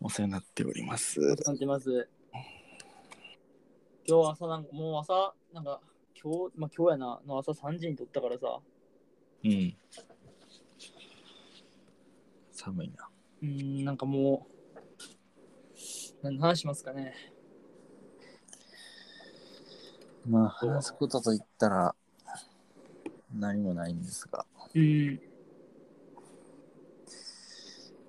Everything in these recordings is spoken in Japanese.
お世話になっております。感じます。今日朝なんか、もう朝、なんか、今日、まあ今日やな、の朝3時に撮ったからさ、うん。寒いな。うーん、なんかもう、何話しますかね。まあ、話すことといったら、何もないんですが、うん、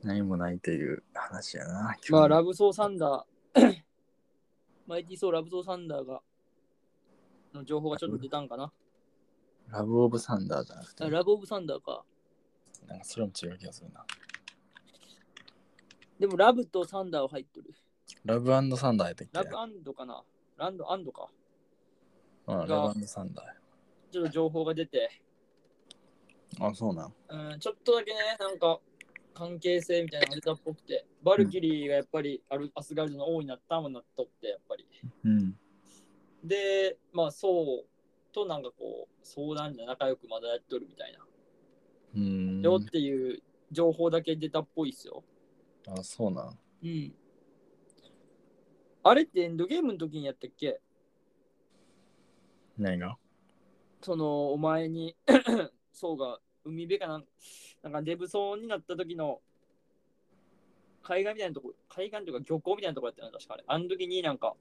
何もないという話やな。まあ、今日ラブソー サンダー、マイティーソーラブソーサンダーが、の情報がちょっと出たんかな。ラブオブサンダーじゃなくて、あラブオブサンダーか。なんかそれも違う気がするな。でも、ラブとサンダーは入っとる。ラブサンダーやったっけラブアンドかな。ランドアンドか。うん、ラブサンダーちょっと情報が出て、や。あ、そうなん。うん、ちょっとだけね、なんか関係性みたいなのが出たっぽくて、バルキリーがやっぱりアルアスガルドの王になったもんなっとって、やっぱり。うん。で、まあ、そうとなんかこう、相談で仲良くまだやっとるみたいな。うん。よっていう情報だけ出たっぽいっすよ。あ、そうなん。うん。あれってエンドゲームの時にやったっけ何がその、お前に、 そうが、海辺かなんなんかデブそうになった時の海岸みたいなとこ海岸というか漁港みたいなとこやったの確かあれあの時になんか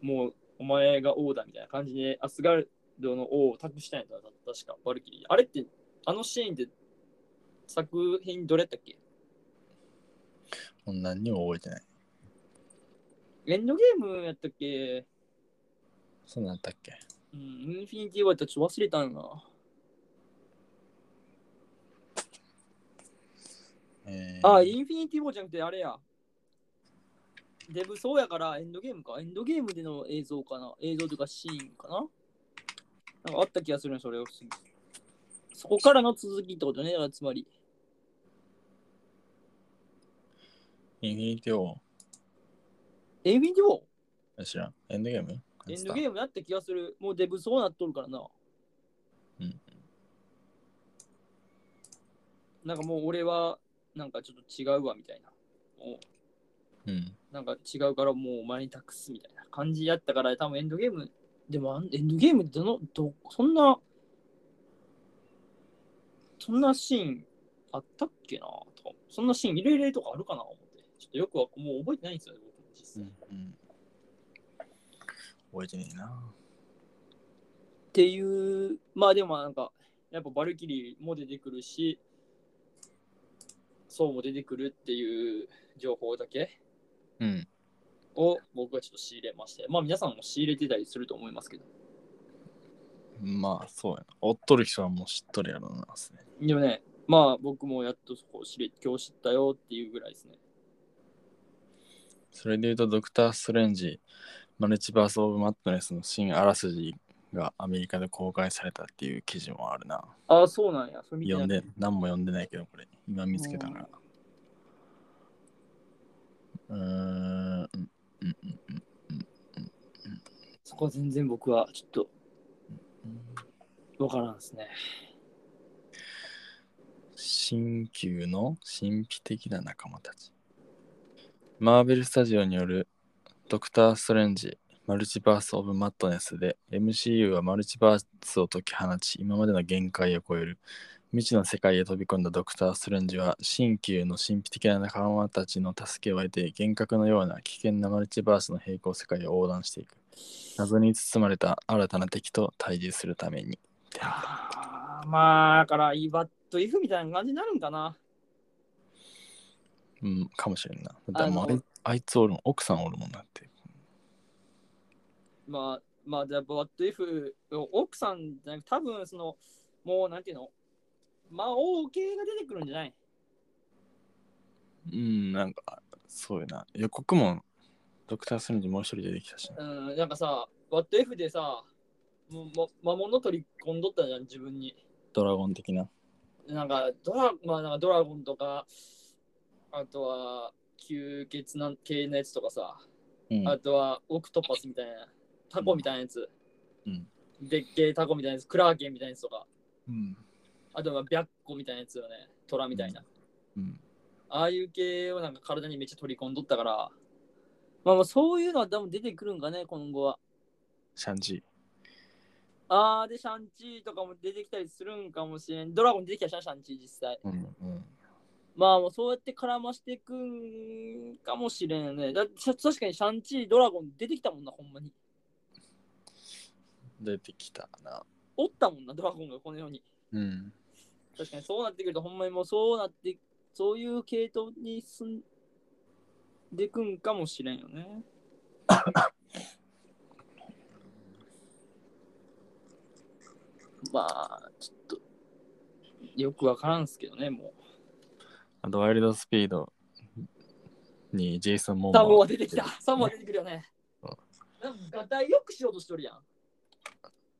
もうお前が王だみたいな感じでアスガルドの王を託したんやった確かバルキリーあれってあのシーンって作品どれやったっけもう何にも覚えてない。エンドゲームやったっけそうなんだったっけうんインフィニティはやったらちょっと忘れたんよえーな。あ、インフィニティウォーじゃなくてあれや。デブそうやからエンドゲームか。エンドゲームでの映像かな。映像というかシーンかな。なんかあった気がするね、それを。そこからの続きってことね、だからつまり。インフィニティオエンフィニティウォー知らん。エンドゲームーエンドゲームやった気がする。もうデブそうなっとるからな。うん。なんかもう俺は、なんかちょっと違うわ、みたいな。もううん。なんか違うからもうお前に託すみたいな感じやったから多分エンドゲームでもあんエンドゲームってどのどそんなそんなシーンあったっけなとかそんなシーンいろいろとかあるかな思ってちょっとよくはもう覚えてないんですよね僕も実際、うっんうん覚えてねえな。ていうまあでもなんかやっぱバルキリーも出てくるしそうも出てくるっていう情報だけうん。を僕はちょっと仕入れましてまあ皆さんも仕入れてたりすると思いますけどまあ、そうやな。追っとる人はもう知っとるやろうな、すね。でもね、まあ僕もやっとそこを知れ、今日知ったよっていうぐらいですね。それで言うと、ドクター・ストレンジ、マルチバース・オブ・マットネスの新あらすじがアメリカで公開されたっていう記事もあるな。ああ、そうなんや。それ見てな読いんで、何も読んでないけど、これ、今見つけたから。うーん、うん、うん、うんうん。そこは全然僕はちょっとわからんですね。新旧の神秘的な仲間たち。マーベル・スタジオによるドクター・ストレンジ・マルチバース・オブ・マットネスで MCU はマルチバースを解き放ち今までの限界を超える未知の世界へ飛び込んだドクター・ストレンジは新旧の神秘的な仲間たちの助けを得て幻覚のような危険なマルチバースの平行世界を横断していく謎に包まれた新たな敵と対峙するためにあーまあ、だから、イバットイフみたいな感じになるんかな。うん、かもしれんな。だってもうああのいあいつおるもん、奥さんおるもんなって。まあ、まあ、じゃあ、バットイフ、奥さんじゃなくて、多分その、もうなんていうの、魔王系が出てくるんじゃないうん、なんか、そうやな。予告も、ドクター・ストレンジもう一人出てきたしな。うん、なんかさ、バットイフでさ、もうも魔物取り込んどったじゃん、自分に。ドラゴン的な。なんかドラ,、まあ、なんかドラゴンとか、あとは吸血な系のやつとかさ、うん。あとはオクトパスみたいな、タコみたいなやつ、うんでっけえタコみたいなやつ、クラーケンみたいなやつとか、うん。あとは白虎みたいなやつよね、虎みたいな。うん。ああいう系をなんか体にめっちゃ取り込んどったから、まあまあそういうのは多分出てくるんかね、今後は。シャンジああ、で、シャンチーとかも出てきたりするんかもしれん。ドラゴン出てきたじゃん、シャンチー実際。ー。うんうん。まあもうそうやって絡ましていくんかもしれんよね。だってさ確かにシャンチー、ドラゴン出てきたもんな、ほんまに。出てきたな。おったもんな、ドラゴンがこの世に。うん。確かにそうなってくると、ほんまにもうそうなって、そういう系統に進んでくんかもしれんよ ね。まあ、ちょっと、よくわからんすけどね、もあと、ワイルドスピードにジェイソン・モう。モアサモア出てきた。サモア出てくるよねうん。なんか、ガタイよくしようとしてるやん。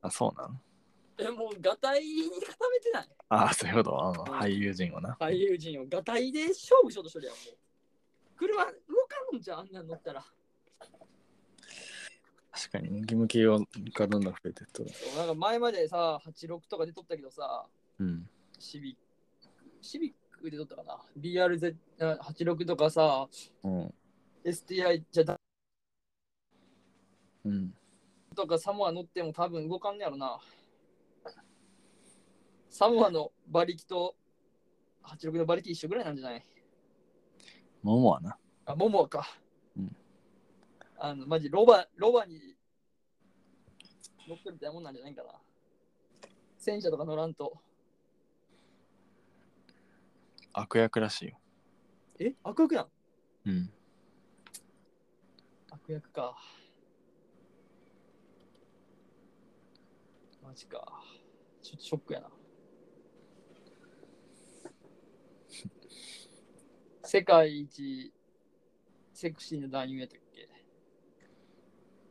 あ、そうなんえ、もう、ガタイに固めてない。あ、そういうことあの俳優陣をな。俳優陣をガタイで勝負しようとしてるやん、もう。車動かんのじゃん、あんなん乗ったら。確かに、ムキムキがどんどん増えてっとる。そうなんか前までさ、86とかで撮ったけどさ、うん。シビック、シビックで撮ったかな。BRZ86 とかさ、うん。 STI じゃダうん。とかサモア乗っても多分動かんねやろな。サモアの馬力と86の馬力一緒ぐらいなんじゃないモモアな。あ、モモアか。うんあの、マジロバ、ロバに乗ってるみたいなもんなんじゃないかな。戦車とか乗らんと。悪役らしいよ。え悪役やん。うん。悪役か。マジか。ちょっとショックやな。世界一セクシーな男優やったっけ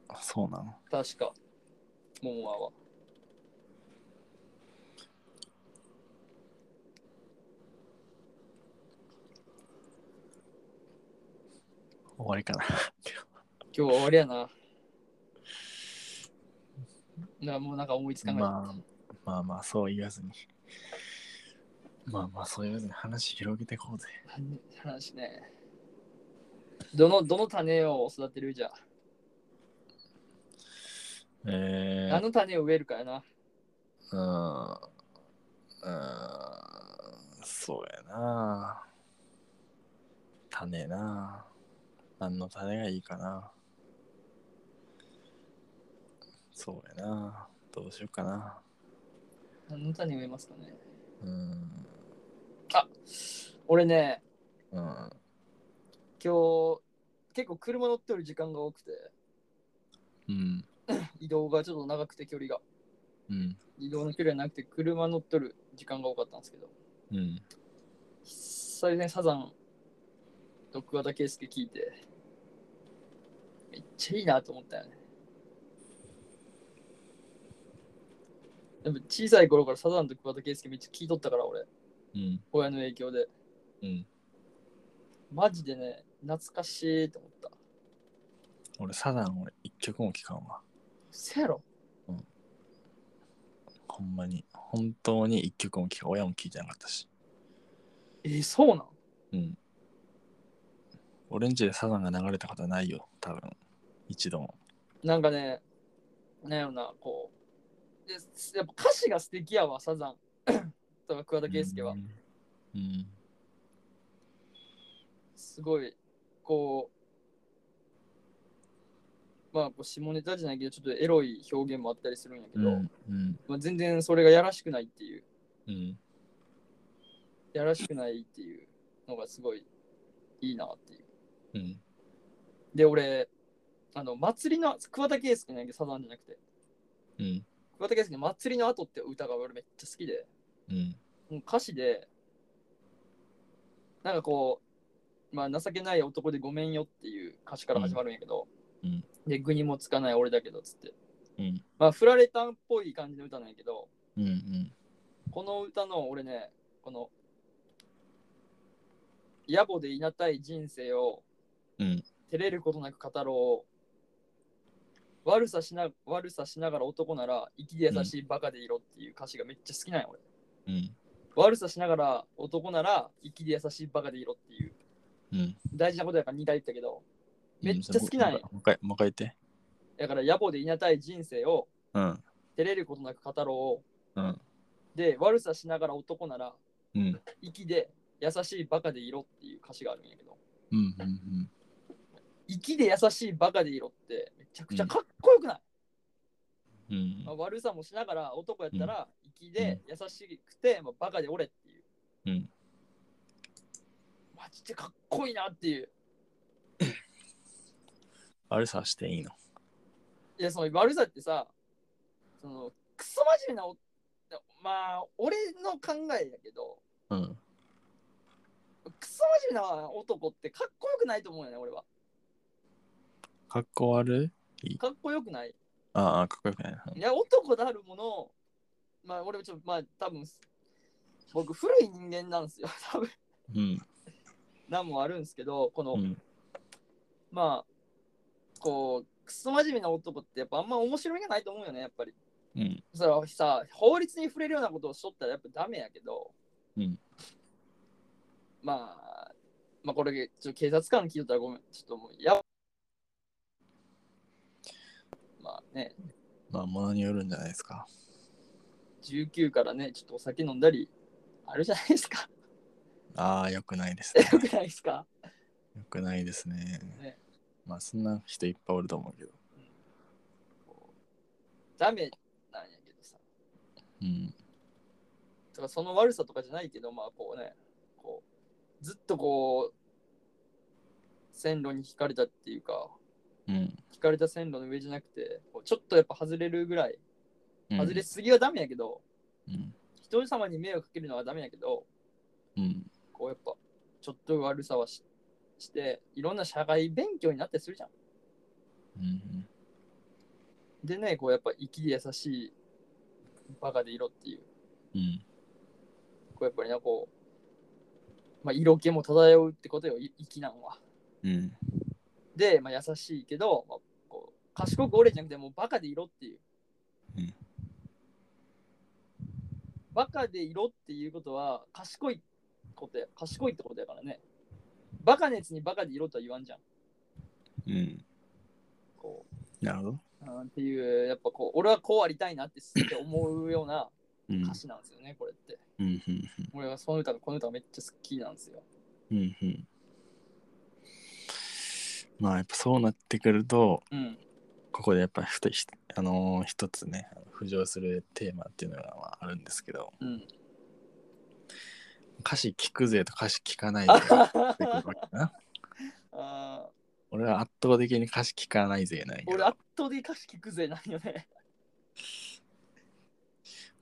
あ、そうなの確か。モモアは。終わりかな。今日は終わりやな。なもうなんか思いつかない。まあ、まあまあ、そう言わずに。まあまあ、そう言わずに話広げていこうぜ。話ね。どの、どの種を育てるじゃ、えーあ、の種を植えるからな。うん。うん。そうやな。種な。何の種がいいかな。そうやな。どうしようかな。何の種植えますかねうん。俺ね、うん。今日結構車乗ってる時間が多くて、うん。移動がちょっと長くて距離が、うん。移動の距離がなくて車乗ってる時間が多かったんですけど、うん。久々にサザンと桑田佳祐聞いて、めっちゃいいなと思ったよね。でも小さい頃からサザンと桑田佳祐めっちゃ聞いとったから俺、うん。親の影響で。うん。マジでね、懐かしいと思った。俺、サザン、俺、一曲も聴かんわ。せやろほんまに。本当に一曲も聴かん。親も聴いてなかったし。えーそうなんうん。俺んちでサザンが流れたことはないよ。多分。一度も。なんかね、なんやろな、こう。でつやっぱ歌詞が素敵やわ、サザン。 とか桑田佳祐はう。ん。うんすごい、こう、まあ、こう下ネタじゃないけど、ちょっとエロい表現もあったりするんやけうど、んうんまあ、全然それがやらしくないっていう、うんやらしくないっていうのがすごいいいなっていう。うんで、俺、あの、祭りの、桑田佳祐なんやけど、サザンじゃなくて、うん桑田佳祐の祭りの後って歌が俺めっちゃ好きで、うんもう歌詞で、なんかこう、まあ、情けない男でごめんよっていう歌詞から始まるんやけど、うんうんで、具にもつかない俺だけどっつって、うんまあ、振られたんっぽい感じの歌なんやけど、うんこの歌の俺ね、この、野暮でいなたい人生を、うん照れることなく語ろう。悪さしな悪さしながら男なら、生きで優しいバカでいろっていう歌詞がめっちゃ好きなんや、俺。うん悪さしながら男なら生きで優しいバカでいろっていううん。大事なことやから2回言ったけどめっちゃ好きなんやもう一回、もう一回言って。だから野暮でいなたい人生をうん。照れることなく語ろう、うんで悪さしながら男ならうん。生きで優しいバカでいろっていう歌詞があるんやけどうん。うん。生きで優しいバカでいろってめちゃくちゃかっこよくなうい、ん。まあ、悪さもしながら男やったら生きで優しくて、まあ、バカでおれっていう、うんマジでかっこいいなっていう悪さしていいの。いやその悪さってさそのクソ真面目なおまあ俺の考えやけどうん。クソ真面目な男ってかっこよくないと思うよね俺はかっこ悪いかっこよくないああ、かっこよくないな。いや男であるものまあ俺もちょっとまあ多分僕古い人間なんですよ 多分うん。何もあるんですけどこの、うん。まあこうクソ真面目な男ってやっぱあんま面白みがないと思うよねやっぱりうん。それはさ法律に触れるようなことをしとったらやっぱダメやけど、うんまあまあこれちょっと警察官に聞いとったらごめんちょっともうやまあねまあ、ものによるんじゃないですか。 19からねちょっとお酒飲んだりあるじゃないですか ああ、よくないですよね。くないですかよくないですね。ねまあ、そんな人いっぱいおると思うけど。ダメなんやけどさうん。とかその悪さとかじゃないけどまあこうねこうずっとこう線路に引かれたっていうかうん。引かれた線路の上じゃなくてこうちょっとやっぱ外れるぐらいうん外れすぎはダメやけど、うん。人様に迷惑かけるのはダメやけどうん。こうやっぱちょっと悪さはししていろんな社会勉強になってするじゃんうん。でねこうやっぱ生きで優しいバカでいろっていううん。こうやっぱりなこう、まあ、色気も漂うってことよい生きなんはうん。で、まあ、優しいけど、まあ、こう賢く俺じゃなくてもうバカでいろっていう、うんバカでいろっていうことは賢いことや賢いってことやからねバカ熱にバカでいろとは言わんじゃんうん。こなるほど。ううんっていうやっぱこう俺はこうありたいなってすって思うようなうん。歌詞なんですよね、これってうん。うん。俺はその歌がこの歌がめっちゃ好きなんですようん。うん。まあ、やっぱそうなってくると、うんここでやっぱひとひあのー一つね浮上するテーマっていうのがまああるんですけどうん歌詞聞くぜと歌詞聞かないぜあが出てくるーわけな あー俺は圧倒的に歌詞聞かないぜないけ俺ど圧倒的に歌詞聞くぜなんよ ね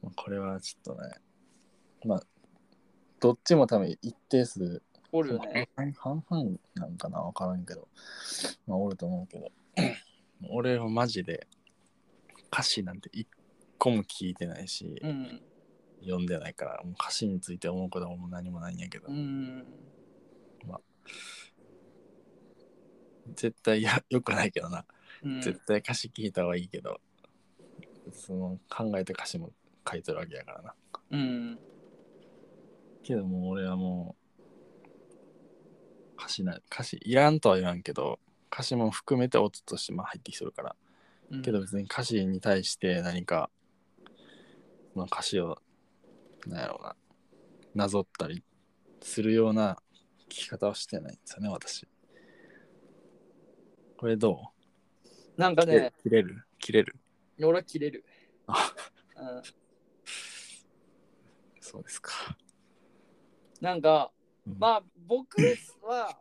まあこれはちょっとねまあどっちも多分一定数おるよね半々なんかな分からんけどまあおると思うけど 俺はマジで歌詞なんて一個も聞いてないし、うん読んでないからもう歌詞について思うことも何もないんやけど、うん絶対いや よくないけどな、うん絶対歌詞聞いた方がいいけどその考えて歌詞も書いてるわけやからなうんけどもう俺はもう歌詞な歌詞いらんとは言わんけど歌詞も含めて音としてまあ入ってきてるからうんけど別に歌詞に対して何か、まあ、歌詞をなんやろうななぞったりするような聞き方をしてないんですよね私これどなんうかね、切れる切れる俺は切れる。あうん、そうですかなんかうん、まあ僕は、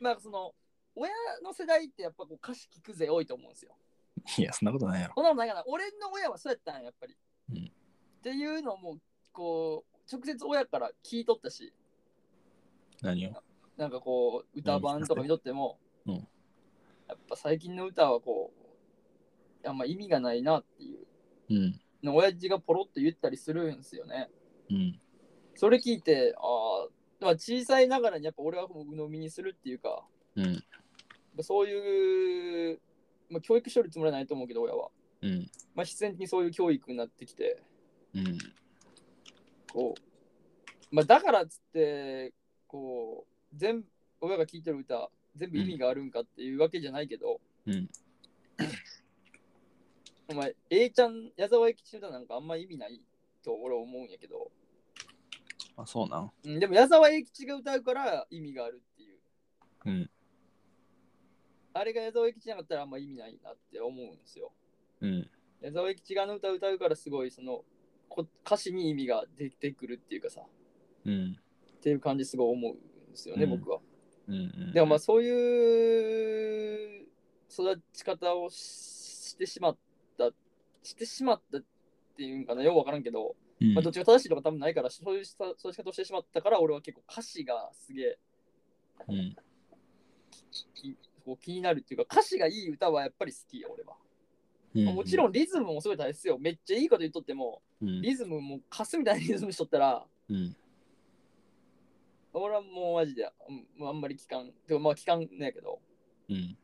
まあその、親の世代ってやっぱこう歌詞聞くぜ多いと思うんですよ。いやそんなことないやろそんなことないかな。俺の親はそうやったんやっぱり。うんっていうのも、こう、直接親から聞いとったし、何をなんかこう、歌版とか見とっても、うんやっぱ最近の歌はこう、あんま意味がないなっていううんのを親父がポロッと言ったりするんですよね。うんそれ聞いて、ああ、まあ小さいながらにやっぱ俺はもう鵜呑みにするっていうか、うんそういう、まあ、教育処理つもりはないと思うけど、親は。うんまあ、必然的にそういう教育になってきて、うんこう、まあ、だからっつって、こう、全部、親が聴いてる歌、全部意味があるんかっていうわけじゃないけど、うん。お前、A ちゃん、矢沢永吉の歌なんかあんま意味ないと俺思うんやけど、あ、そうなん。うん、でも矢沢永吉が歌うから意味があるっていう。うん。あれが矢沢永吉じゃなかったらあんま意味ないなって思うんですよ。うん。矢沢永吉があの歌歌うからすごいそのこ歌詞に意味が出てくるっていうかさ、うん。っていう感じすごい思うんですよね、うん僕は。うん、うん。でもまあそういう育ち方をししてしまった、してしまったっていうんかな、ようわからんけど、うん、まあ、どっちが正しいとか多分ないから、そういうしたそういう仕方をしてしまったから、俺は結構歌詞がすげえうん。きこう気になるっていうか、歌詞がいい歌はやっぱり好きよ、俺は。うん、もちろんリズムもすごい大切よ。めっちゃいいこと言っとっても、うん。リズムもカスみたいなリズムしとったら、うん。俺はもうマジで、うんもうあんまり聞かん。でもまあ聞かんねやけど、うん。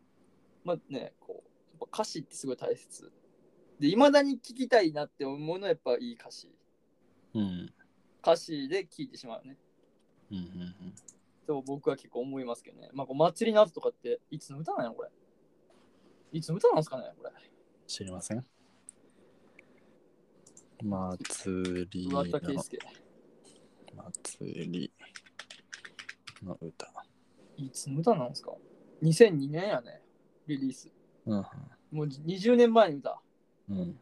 まあね、こう、やっぱ歌詞ってすごい大切。で、いまだに聞きたいなって思うのはやっぱいい歌詞。うん。歌詞で聞いてしまうね。うん。うん。と僕は結構思いますけどね。まあ、こう祭りの後とかって、いつの歌なんや、これ。いつの歌なんですかね、これ。知りません。祭りの桑田佳祐。祭りの歌。いつの歌なんですか ?2002 年やね、リリース。うん。もう20年前の歌。うん。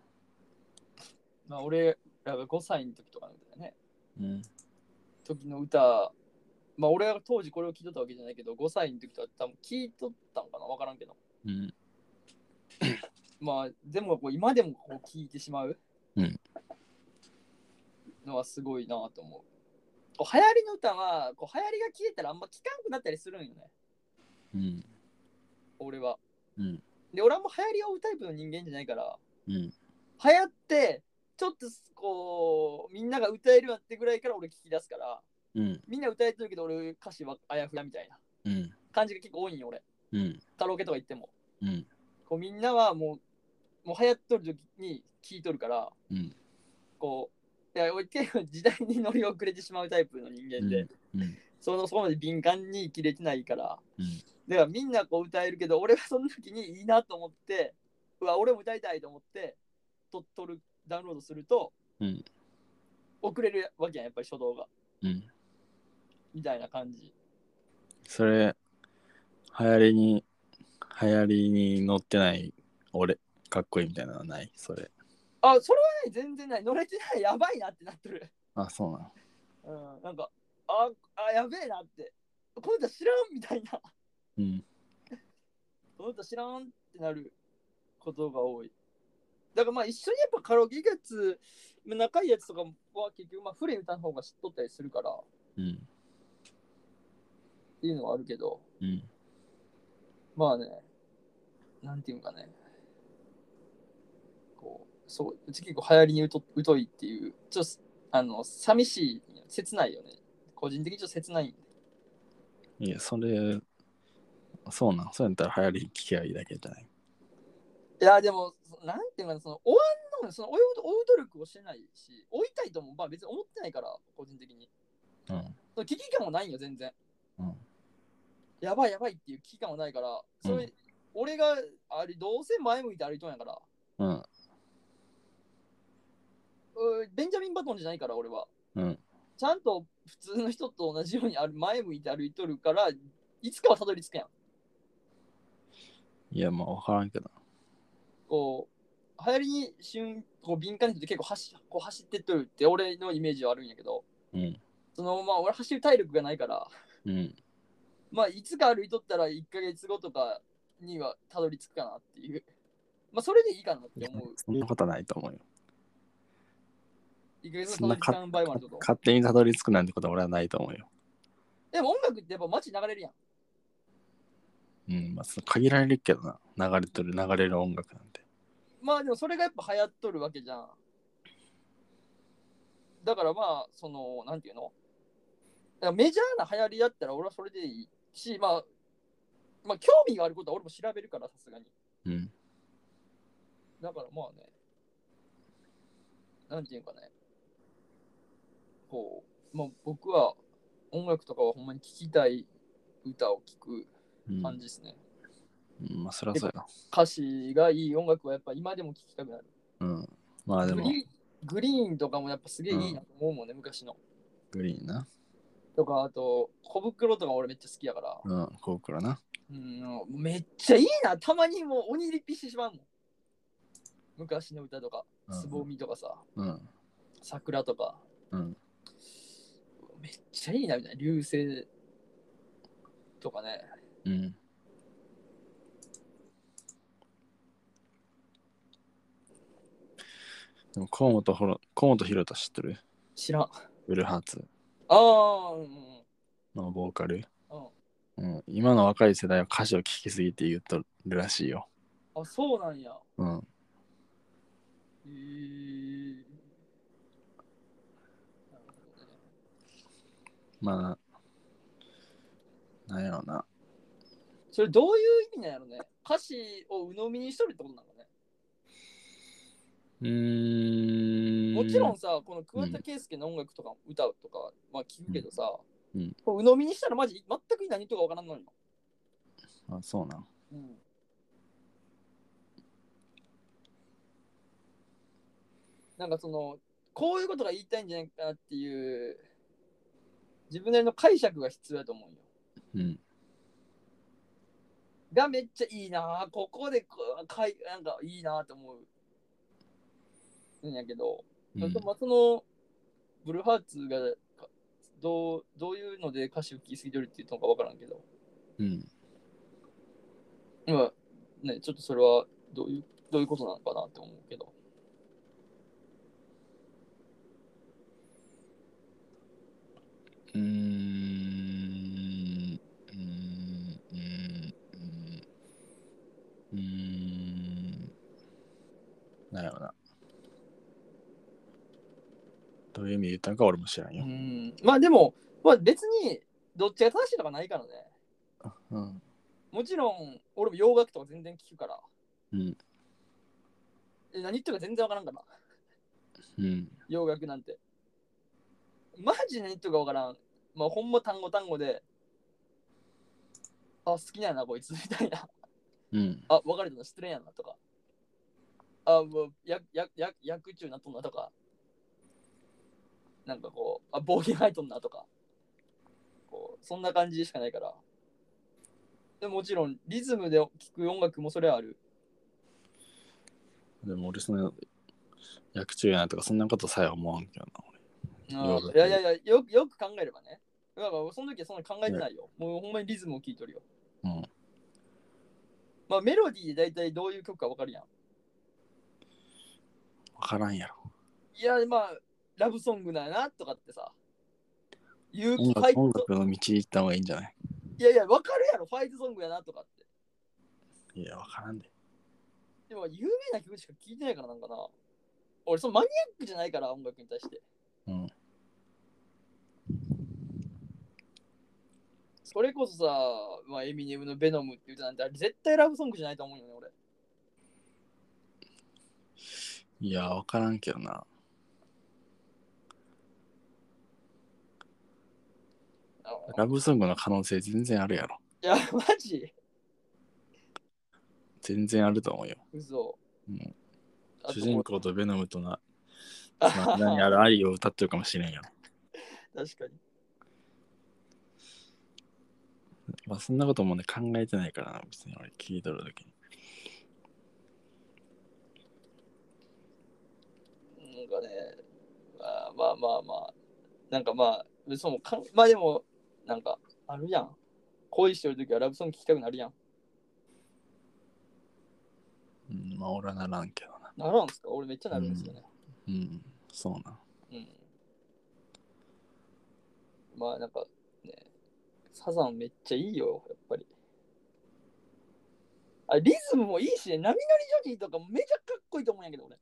まあ、俺らが5歳の時とかの歌だね。うん。時の歌、まあ、俺は当時これを聞いとったわけじゃないけど、5歳の時とは多分聞いとったんかなわからんけど。うん。まあ、でもこう今でもこう聞いてしまううんのはすごいなと思う。こう流行りの歌は、こう流行りが消えたらあんま聞かんくなったりするんよね、うん。俺は。うん。で、俺はもう流行りを追うタイプの人間じゃないから、うん。流行って、ちょっとこう、みんなが歌えるようになってぐらいから俺聞き出すから、うん。みんな歌えてるけど俺歌詞はあやふやみたいなうん。感じが結構多いんよ、俺。うん。カラオケとか行っても。うん。こうみんなはもう、もう流行っとる時に聞いとるから、うん。こう、いや、俺結構時代に乗り遅れてしまうタイプの人間で、うん。そのそこまで敏感に生きれてないから、うんだからみんなこう歌えるけど、俺はその時にいいなと思って、うわ、俺も歌いたいと思って、と撮る、ダウンロードすると、うん遅れるわけやん、やっぱり初動が、うん。みたいな感じ。それ、流行りに、流行りに乗ってない俺、かっこいいみたいなのはないそれ。あ、それはね、全然ない。乗れてない、やばいなってなってる。あ、そうなの。うん、なんか、あ、あやべえなって、この歌知らんみたいな。 うん。この歌知らんってなることが多い。だからまあ一緒にやっぱカラオケ行くやつ、まあ仲いいやつとかは結局まあ古い歌の方が知っとったりするからっうん。ていうのはあるけど、うん。まあね、なんていうんかね、こう、そう、うち結構流行りに疎疎いっていう、ちょっと、あの、寂しい、切ないよね。個人的にちょっと切ない。いや、それ、そうなん。そうやったら流行りに聞きゃいいだけじゃない。いや、でも、そなんていうかな、その、追わんの、その追う、追う努力をしてないし、追いたいとも、まあ別に思ってないから、個人的に。うん。その危機感もないんよ、全然。うんやばいやばいっていう危機感もないから、それ、う俺があれ、どうせ前向いて歩いとんやから、うん。うーベンジャミン・バトンじゃないから、俺は。うん。ちゃんと普通の人と同じようにある前向いて歩いとるから、いつかはたどり着くやん。いや、まあ、わからんけど。こう、流行りに瞬、こう敏感な人って結構走こう走ってっとるって、俺のイメージはあるんやけど、うん。その、まあ、俺走る体力がないから、うん。まあ、いつか歩いとったら1ヶ月後とかにはたどり着くかなっていう。まあ、それでいいかなって思う。そんなことはないと思うよ。 1ヶ月そん後なたどり着かかん場合もあるってこと勝手にたどり着くなんてことは俺はないと思うよ。でも音楽ってやっぱ街流れるやん。うん。まあ、その限られるけどな。流れとる、流れる音楽なんて。まあでもそれがやっぱ流行っとるわけじゃん。だからまあ、その、なんていうのだからメジャーな流行りだったら俺はそれでいいし、まあ、まあ興味があることは俺も調べるからさすがに。うん。だからまあね、なんていうかね、こう、もう僕は音楽とかはほんまに聴きたい歌を聴くうん感じですね。まあ、そりゃそうや歌詞がいい音楽はやっぱ今でも聴きたくなる。な。うん。まあでグも、リーングリーンとかもやっぱすげえいいなと思うもんね、昔の。グリーンな。とか、あと、小袋とか俺めっちゃ好きやから。うん、コウクラな。うん、めっちゃいいな。たまにもう鬼リピしてしまうもん。昔の歌とか、うんつぼみとかさ、うん。桜とか。うん。めっちゃいいなみたいな。流星とかね。うん。でも、河本ほろ、河本ひろた知ってる知らん。あウルハーツあ、うんうん。のボーカル。うんうん。今の若い世代は歌詞を聴きすぎて言っとるらしいよ。あ、そうなんや。うん。へーなるほどねまあ、なんやろうな。それどういう意味なんやろね歌詞を鵜呑みにしとるってことなのね、うーん。もちろん。さ、この桑田佳祐の音楽とか歌うとか、まあ聞くけどさ、うんこれ鵜呑みにしたらマジ全く何とかわからんのよ。あ、そうなん。うん、なんかその、こういうことが言いたいんじゃないかなっていう、自分なりの解釈が必要だと思うよ。うん。がめっちゃいいなぁここでこうかいなんかいいなぁと思うんやけど、うそれんとまあそのブルーハーツがかどうどういうので歌詞を聴きすぎてるっていうのか分からんけど、うん。まあね、ちょっとそれはどういうどういうことなのかなって思うけどうーんうーんうーんうーんうーんなんやろな。どういう意味で言ったんか俺も知らんうよ。んまあでも、まあ、別にどっちが正しいとかないからねうん。もちろん俺も洋楽とか全然聞くから、うんえ何言ってるか全然分からんからうん。洋楽なんて。マジ何言ってるか分からん。まあ、ほんま単語単語で、あ、好きなんやな、こいつみたいな。うん。あ、別れたの失礼やなとか。あ、もう、や、や、や、薬中なっとんなとか。なんかこう、あ、暴言吐いとんなとか。こう、そんな感じしかないから。でももちろん、リズムで聴く音楽もそれはある。でも俺その役中やなとかそんなことさえ思わんけどな。洋うん楽いやいやいや、よくよく考えればね。だからその時はそんなに考えてないよ。もうほんまにリズムを聴いとるよ。うんまあメロディーで大体どういう曲かわかるやん。わからんやろ。いや、まあ、ラブソングだなとかってさ。言うフ音ァイ楽音ト楽の道行った方がいいんじゃないいやいや、わかるやろ、ファイトソングやなとかって。いや、わからんで。でも有名な曲しか聴いてないからなんかな。俺、そのマニアックじゃないから、音楽に対して。うん。それこそさ、まあ、エミネムのベノムって歌なんて、あれ絶対ラブソングじゃないと思うよね、俺。いや、わからんけどな。あのラブソングの可能性全然あるやろ。いや、マジ全然あると思うよ。嘘。うんあと主人公とベノムとな、あまあ、何ある愛を歌ってるかもしれんやろ。確かに。まあ、そんなこともね、考えてないからな、別に俺聞いとるときに。なんかね、まあまあまあまあ、なんかまあ、嘘もかん、まあでも、なんか、あるやん。恋してるときはラブソング聴きたくなるやん。うん、まあ、俺はならんけどな。ならんすか俺めっちゃなるんですよね。うん、そうなん。うん。まあなんか、ね、サザンめっちゃいいよ、やっぱり。あ、リズムもいいしね、波乗りジョニーとかめちゃかっこいいと思うんやけど、俺。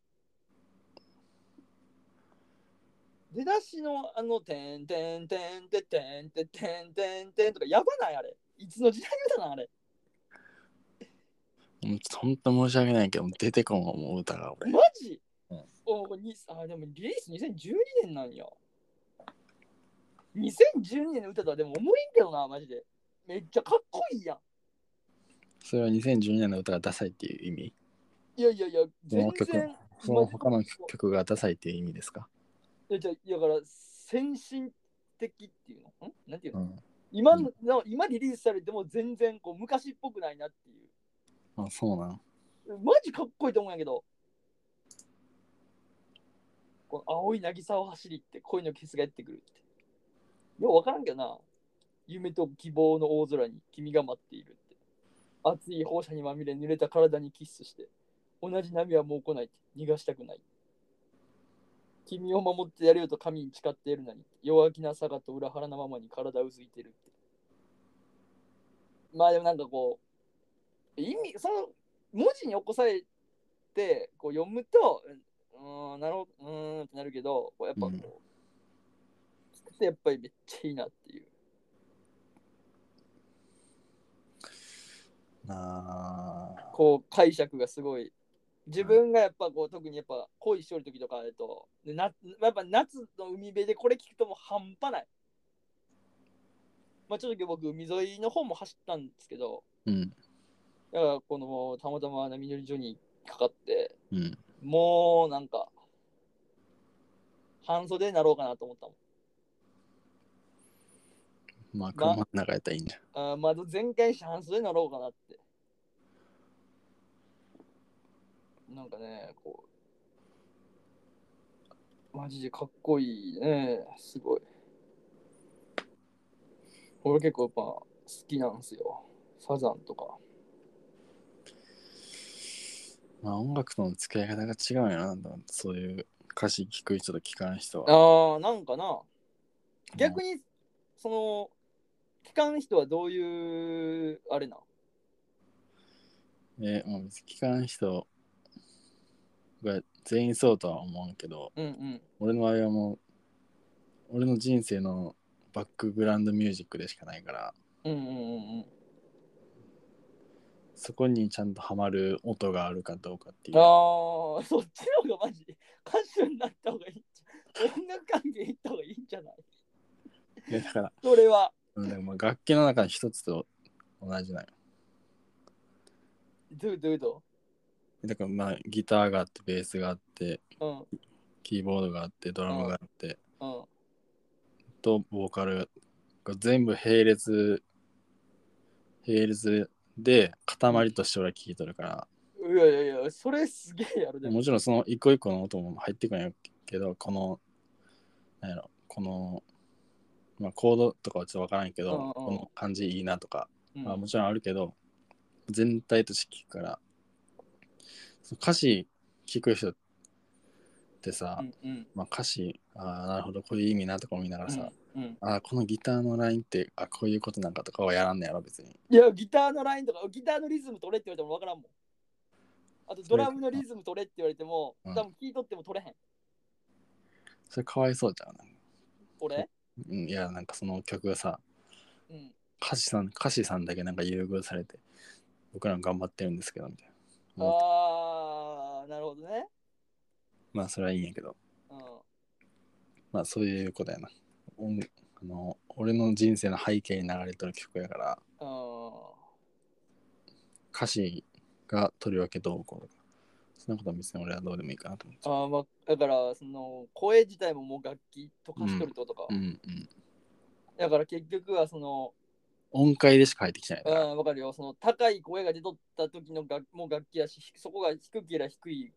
出だしのあの、てんてんてんてんてんてんてんてんてんとかやばないあれ。いつの時代だなあれ。もうちょっと本当申し訳ないけど、出てこん思う歌が俺。マジ、うんおこれにあ、でもリリース2012年なんや。 2012年の歌とはでも重いんだよな、マジで。めっちゃかっこいいやん。それは2012年の歌がダサいっていう意味いやいやいや、全この曲然。その他の曲がダサいっていう意味ですかいや、じゃあだから、先進的っていうのんなんていううの、ん。今のな今リリースされても全然こう昔っぽくないなっていあ、そうなん。う。マジかっこいいと思うんやけど。この青い渚を走りって恋のキスがやってくるって。ようわからんけどな。夢と希望の大空に君が待っているって。熱い放射にまみれ濡れた体にキスして。同じ波はもう来ないって。逃がしたくない。君を守ってやるよと神に誓っているのに。弱気なさがと裏腹なままに体うずいてるって。まあでもなんかこう、意味、その文字に起こされてこう読むと、うーん、なるほど、うーんってなるけど、こうやっぱこう、うん聞くとやっぱりめっちゃいいなっていう。あーこう解釈がすごい自分がやっぱこう特にやっぱ恋しとる時とかだとでなやっぱ夏の海辺でこれ聞くともう半端ないまあちょっと今日僕海沿いの方も走ったんですけどうん。だからこのたまたま波乗り所にかかってうん。もうなんか半袖になろうかなと思ったもんまあ、車の中やったらいいんじゃん。あー窓全開にして半袖になろうかなって。なんかね、こう。マジでかっこいいね。すごい。俺結構やっぱ好きなんですよ。サザンとか。まあ、音楽との付き合い方が違うんやな。そういう歌詞聞く人と聞かない人は。ああ、なんかな。逆に、その、聞かん人はどういう、あれなんえ、まあ、別に聞かない人が全員そうとは思わんけど、うんうん。俺の場合はもう、俺の人生のバックグラウンドミュージックでしかないから、うんうんうんうん。そこにちゃんとはまる音があるかどうかっていう。ああ、そっちの方がマジで歌手になった方がいいんじゃん。音楽関係行った方がいいんじゃないいやだから、それは。うんでもまあ楽器の中の一つと同じなの。どういうことどういうこだからまあギターがあって、ベースがあって、とキーボードがあって、ドラムがあって、うん。うん。とボーカルが全部並列、並列で塊として俺は聴いとるから、いやいやいや、それすげえやるでも。もちろんその一個一個の音も入ってくるんやけど、この、なんやろ、この、まあコードとかはちょっとわからんけど、うんうんこの感じいいなとか、うんまあ、もちろんあるけど全体として聞くからその歌詞聞く人ってさ、うんうん。まあ、歌詞ああなるほどこういう意味なとか見ながらさ、うんうんああこのギターのラインってあこういうことなんかとかはやらんねやろ別にいや、ギターのラインとか、ギターのリズム取れって言われてもわからんもん。あと、ドラムのリズム取れって言われても、う多ん分聞いとっても取れへん。それかわいそうじゃん、俺うん、いやなんかその曲がさうん。歌詞さん歌詞さんだけなんか優遇されて僕らも頑張ってるんですけどみたいな思ってああ、なるほどね。まあそれはいいんやけどうん。まあそういうことやな音あの俺の人生の背景に流れとる曲やからうん。歌詞がとりわけどうこうとかそんなことは別に俺はどうでもいいかなと思ってああ、まあ、だから、その、声自体ももう楽器とかしとるってことか。うんうんだから結局はその、音階でしか入ってきてないかうら、ん、わかるよ。その高い声が出とった時の楽もう楽器やし、そこが低けりゃ低い。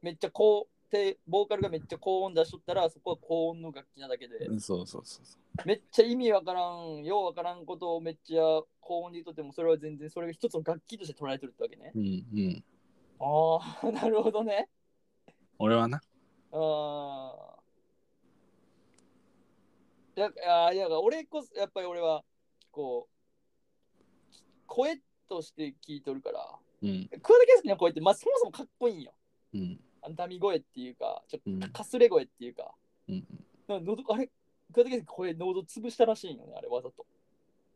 めっちゃ高低、ボーカルがめっちゃ高音出しとったら、そこは高音の楽器なだけで、うん、そうそうそうそめっちゃ意味わからん、ようわからんことをめっちゃ高音で言っとっても、それは全然それが一つの楽器として捉えてるってわけね。ううんうんああ、 なるほどね。俺はなああ。だあーいやだから俺こそ、やっぱり俺は、こう、声として聞いとるから、うん桑田佳祐の声って、まあ、そもそもかっこいいんよ。うんあのダミ声っていうか、ちょっうんとかすれ声っていうか、うんなんか喉あれ、桑田佳祐声、喉潰したらしいんよね、あれ、わざと。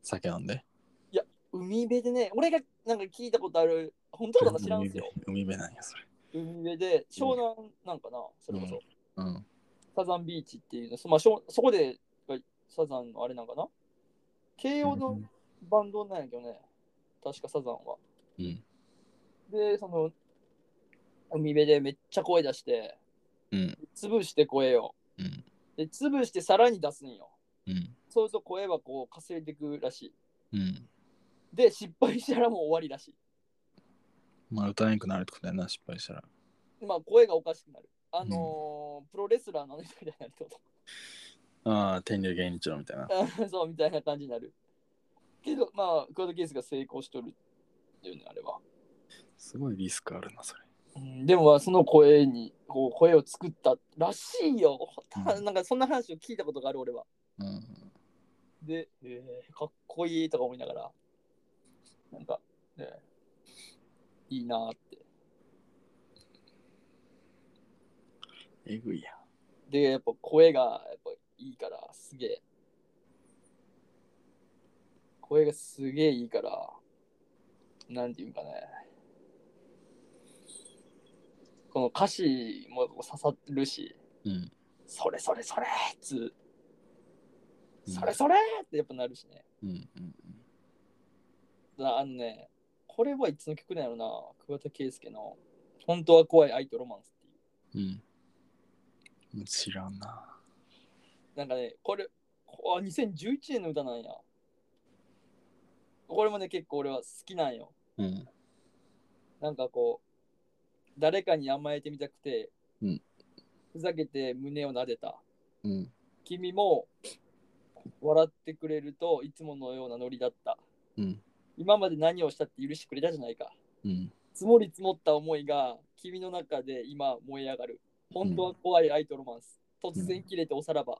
酒飲んで海辺でね、俺がなんか聞いたことある、本当のこと知らんすよ。海辺海辺なんやそれ海辺で、湘南なんかな、それこそ、うんサザンビーチっていうの、そ,、まあ、しょそこで、サザンのあれなんかな慶応のバンドなんやけどね、確かサザンは。うんで、その、海辺でめっちゃ声出して、うん潰して声を。うんで、潰してさらに出すんよ。うんそうすると声はこう、稼いでいくらしい。うんで、失敗したらもう終わりらしまあ歌えなくなるってことやな失敗したらい。まあ、声がおかしくなる。あのープロレスラーの人みたいになるってこと。ああ天竜源一郎みたいなあ そうみたいな感じになる。けど、まあ、クワッドケースが成功しとるっていうね、あれは。すごいリスクあるなそれうん、でも、まあその声に、こう、声を作ったらしいよ。う なんか、そんな話を聞いたことがある、俺は。うんで、えーかっこいいとか思いながら、なんか、ね、いいなーって。えぐいやで、やっぱ声が、やっぱいいから、すげえ。声がすげえいいから、なんていうんかね。この歌詞も刺さるし、うんそれそれそれっつ、うんそれそれってやっぱなるしね。うんうんなあのね、これはいつの曲なんやろな、桑田佳祐の、本当は怖い愛とロマンスっていう。うんうん知らんななんかね、これ、こあ2011年の歌なんや。これもね、結構俺は好きなんよ。うんなんかこう、誰かに甘えてみたくて、うんふざけて胸を撫でた。うん君も笑ってくれるといつものようなノリだった。うん今まで何をしたって許してくれたじゃないか。うん積もり積もった思いが君の中で今燃え上がる。本当は怖い愛とロマンス。突然切れておさらば。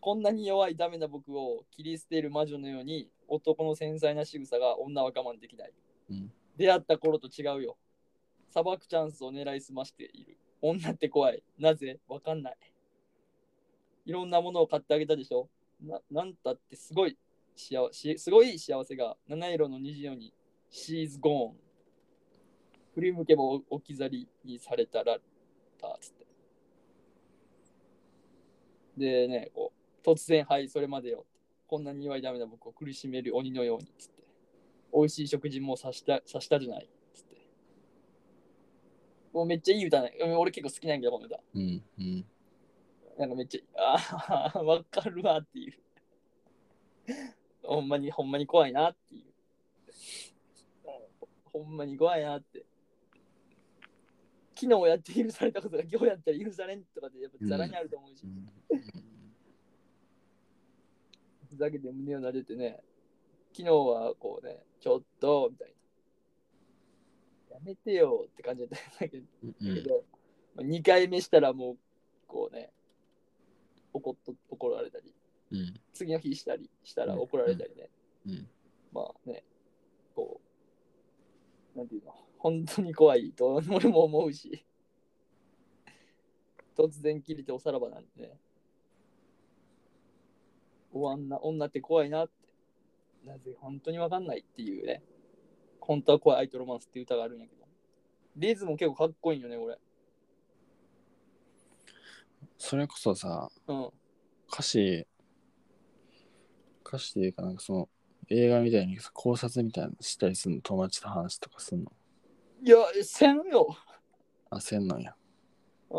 こんなに弱いダメな僕を切り捨てる魔女のように男の繊細な仕草が女は我慢できない。うん出会った頃と違うよ。裁くチャンスを狙いすましている。女って怖い。なぜわかんない。いろんなものを買ってあげたでしょ。ななんたってすごい幸せすごい幸せが七色の虹のように She's gone 振り向けば置き去りにされたらたつってでねこう突然はいそれまでよこんなに弱いダメな僕を苦しめる鬼のようにつって美味しい食事もさしたさしたじゃないつってもうめっちゃいい歌ねうん俺結構好きなんやけどこの歌うんうんなんかめっちゃ、ああ、わかるわっていう。ほんまに、ほんまに怖いなっていう。ほんまに怖いなって。昨日やって許されたことが今日やったら許されんとかってやっぱざらにあると思うし、うんふざけて胸を撫でてね、昨日はこうね、ちょっと、みたいな。やめてよって感じだったんだけど、うけんど、まあ、2回目したらもう、こうね、怒っと怒られたり、うん次の日したりしたらうん怒られたりね、うんまあね、こう、なんていうの、 本当に怖いと俺も思うし、 突然切れておさらばなんてね、おあんな女って怖いなって、なぜ本当にわかんないっていうね、本当は怖いアイドロマンスっていう歌があるんやけど、リズも結構かっこいいんよね、これ。それこそさうん。歌詞歌詞っていうかなんかその映画みたいに考察みたいなのしたりするの友達と話とかするのいや、せんよ。焦んのやう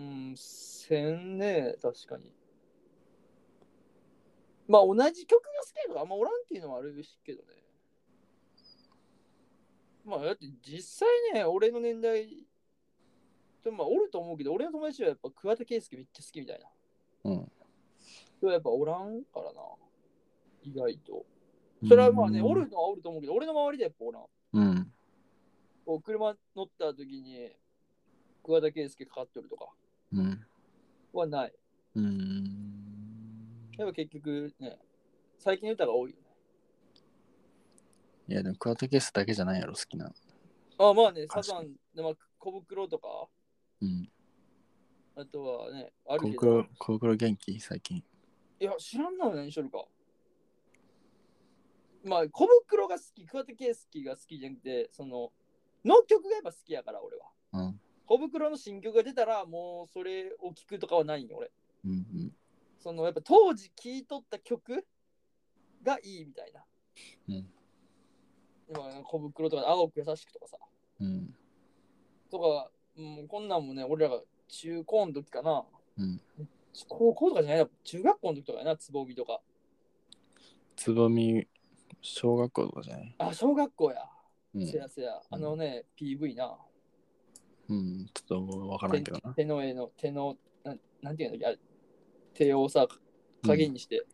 ーん、せんね、確かに。まあ、同じ曲が好きな人があんまおらんっていうのはあるしけどね。まあ、だって実際ね、俺の年代、でもまあ、おると思うけど、俺の友達はやっぱ桑田佳祐めっちゃ好きみたいな。うんでもやっぱおらんからな、意外と。それはまあね、うんおるのはおると思うけど、俺の周りでやっぱおらん。うんこう車乗った時に、桑田佳祐かかっとるとかうんはない。うんやっぱ結局ね、最近の歌が多いよね。いやでも桑田佳祐だけじゃないやろ好きなあまあね、サ確ザかン、まあ、小袋とか、うんあとはね、ある小け黒ど。小黒元気最近いや、知らんの何しとるか。まあ、小袋が好き、桑田佳祐が好きじゃなくて、その、の曲がやっぱ好きやから、俺は。うん小袋の新曲が出たら、もうそれを聞くとかはないんよ、俺。うんそのやっぱ当時聴いとった曲がいいみたいな。うん今なんか小袋とか青く優しくとかさ。うん。とか、うん、こんなんもね、俺らが中高の時かな。うん高校とかじゃないな、中学校の時とかやな、つぼみとか。つぼみ、小学校とかじゃないあ、小学校や。うん。せやせや。うんあのね、PV な。うん、ちょっとわからんけどな。手の絵の手のなんなんていうのあれ手をさ影にして、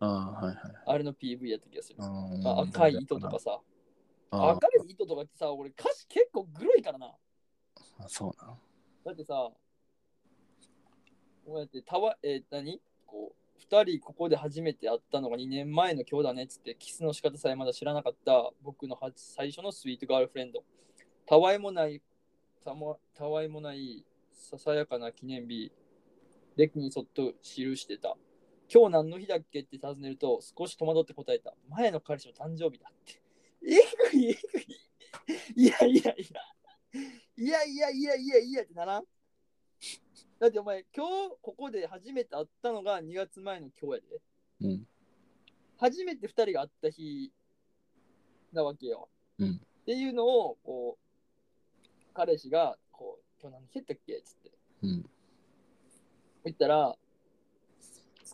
ああ、はいはい。あれの PV やった気がする、あああ赤い糸とか。さあ赤い糸とかってさ俺歌詞結構グロいからなあ、そうなの。だってさこうやってたわえー何こう2人ここで初めて会ったのが2年前の今日だねっつってキスの仕方さえまだ知らなかった僕の初最初のスイートガールフレンドたわいもないたもたわいもないささやかな記念日歴にそっと記してた今日何の日だっけって尋ねると少し戸惑って答えた前の彼氏の誕生日だってえぐいえぐいいやいやいやいやいやいやいやいやってならんだってお前今日ここで初めて会ったのが2月前の今日やでうん。初めて2人が会った日なわけよ、うんっていうのをこう彼氏がこう今日何日やったっけっつってうん。言ったら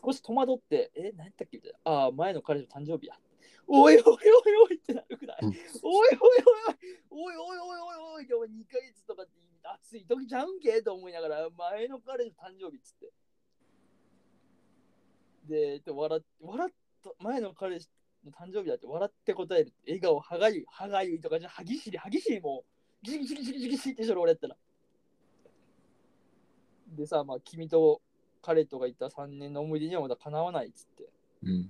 少し戸惑ってえ何やったっけみたいなああ前の彼女の誕生日やおいおいおいおいってなるくらい、うんおいおいおいおいおいおいおいおいおいおい2ヶ月とかって暑い時ちゃうんけと思いながら前の彼女の誕生日っつってでで笑って笑った前の彼氏の誕生日だって笑って答える笑顔歯がゆい歯がゆいとかじゃ歯ぎしり歯ぎしりもうギシギシギシギシギシってしょ俺やったらでさまあ君と彼とがいた3年の思い出にはまだかなわないっつってうん。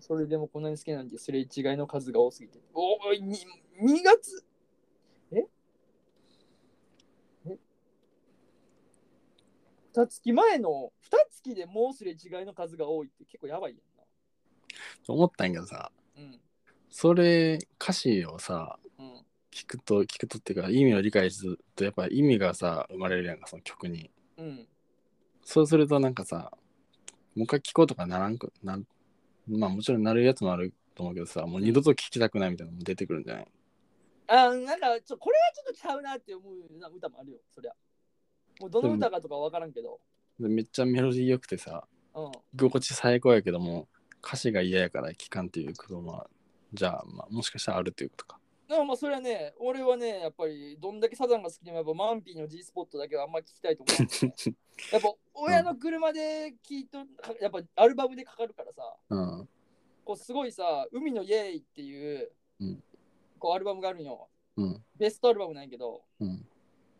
それでもこんなに好きなんてすれ違いの数が多すぎて。おい、に2月ええ二月前の二月でもうすれ違いの数が多いって結構やばいや思ったんやけどさ、んな。それ、歌詞をさ、うん。うん。聞くと、聞くとっていうか、意味を理解すると、やっぱ意味がさ、生まれるやんか、その曲に。うん。そうすると、なんかさ、もう一回聞こうとかならんく、なんまあもちろんなるやつもあると思うけどさ、もう二度と聞きたくないみたいなのも出てくるんじゃないあーなんかちょ、これはちょっとちゃうなって思うような歌もあるよ、そりゃ。もうどの歌かとかわからんけど。でめっちゃメロディー良くてさ、うん。居心地最高やけども、歌詞が嫌やから聞かんっていうことも、じゃあ、まあもしかしたらあるっていうことか。でもまあそれはね、俺はね、やっぱりどんだけサザンが好きでもやっぱマンピーの G スポットだけはあんま聞きたいと思うんですよねやっぱ親の車で聞いと、かやっぱアルバムでかかるからさ、うん。こうすごいさ、海のイエーイっていう、うんこうアルバムがあるんよ。うん。ベストアルバムなんやけど、うん。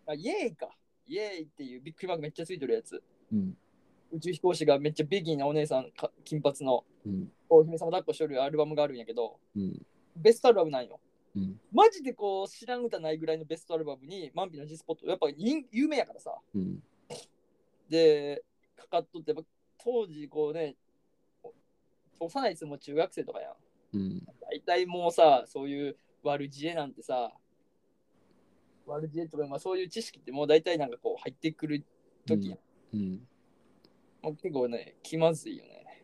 あイエーイか。イエーイっていうビックリマークめっちゃついてるやつ。うん。宇宙飛行士がめっちゃビギーなお姉さんか、金髪のうん。お姫様抱っこしとるアルバムがあるんやけど、うん。ベストアルバムなんよ。うんマジでこう知らん歌ないぐらいのベストアルバムにマンピの G スポットやっぱ人有名やからさうん。でかかっとってやっぱ当時こうねお幼いつも中学生とかやんうん。大体もうさそういう悪知恵なんてさ悪知恵とか、まあ、そういう知識ってもう大体なんかこう入ってくる時やん、うん。もう結構ね気まずいよね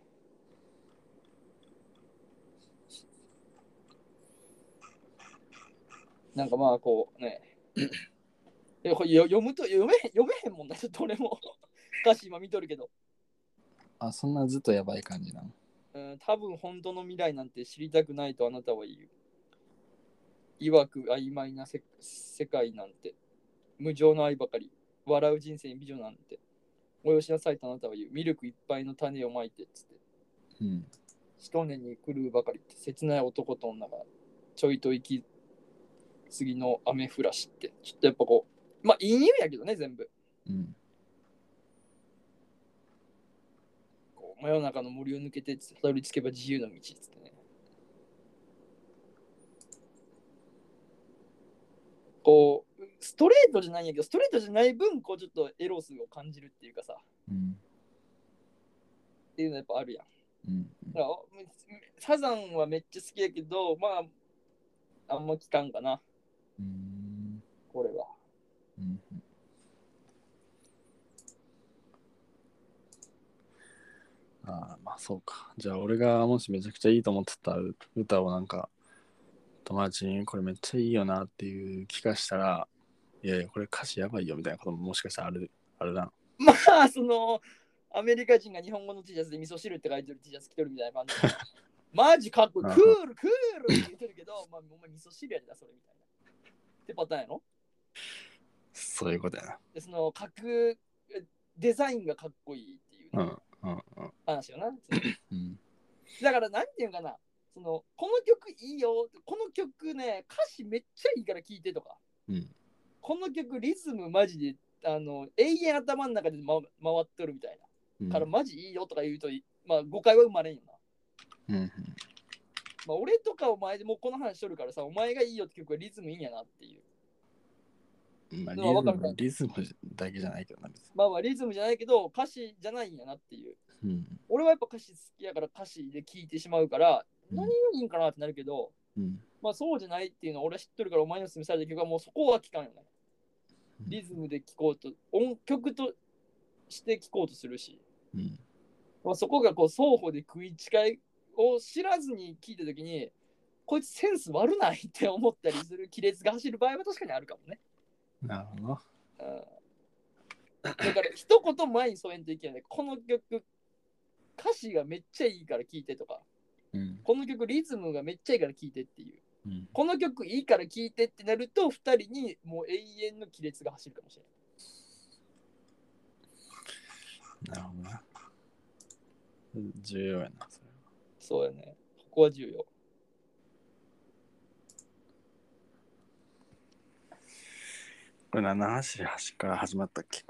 なんかまあこうねえこれよ読むと読めへん読めへんもんだちょっと俺も歌詞今見とるけどあ、そんなずっとやばい感じなの。うん多分本当の未来なんて知りたくないとあなたは言ういわく曖昧なせ世界なんて無情な愛ばかり笑う人生に美女なんて催しなさいとあなたは言うミルクいっぱいの種をまいてっつってうん。一年に狂うばかりって切ない男と女がちょいと行き過ぎの雨降らしってちょっとやっぱこうまあいい意味やけどね全部うん。こう真夜中の森を抜けてたどり着けば自由の道っつってねこうストレートじゃないんやけどストレートじゃない分こうちょっとエロスを感じるっていうかさっうん。ていうのやっぱあるやんうん。だからサザンはめっちゃ好きやけどまああんま聞かんかなうん。これはうん。ああ、まあそうか。じゃあ俺がもしめちゃくちゃいいと思ってた歌をなんか友達にこれめっちゃいいよなっていう聞かしたら、いやいや、これ歌詞やばいよみたいなことももしかしたらある、あるな。まあ、その、アメリカ人が日本語の T シャツで味噌汁って書いてる T シャツ着てるみたいな感 じ。マジかっこいい。なクるほどール、クールって言ってるけど、まあ、お前味噌汁やでな、それみたいな。ってパターンやろそういうことやで、その、書く、デザインがかっこいいっていうな。うん。うねんうん話よな。うん。だから、なんていうかな。その、この曲いいよ。この曲ね、歌詞めっちゃいいから聴いてとか。うんこの曲、リズムマジで、あの、永遠頭の中で回回っとるみたいな。うん。からマジいいよとか言うと、まあ誤解は生まれんよな。うんうん。まあ俺とかお前でもうこの話しとるからさ、お前がいいよって曲はリズムいいんやなっていう。まあ、でもわかるかリズムリズムだけじゃないけどな、別に。まあまあリズムじゃないけど歌詞じゃないんやなっていう。うん。俺はやっぱ歌詞好きやから歌詞で聴いてしまうから、うん何がいいんかなってなるけど、うん。まあそうじゃないっていうのは俺は知っとるからお前の勧めされた曲はもうそこは聞かんよね。うんリズムで聴こうと、音曲として聴こうとするし。うん。まあ、そこがこう双方で食い違いを知らずに聞いたときに、こいつセンス悪ないって思ったりする亀裂が走る場合は確かにあるかもね。なるほど。うん、だから一言前にそうやんといけないね。この曲、歌詞がめっちゃいいから聴いてとか、うん。この曲リズムがめっちゃいいから聴いてっていう。うん。この曲いいから聴いてってなると、二人にもう永遠の亀裂が走るかもしれなない。るほどな。重要やな、それは。そうやね。ここは重要。これ何の話端から始まったっけ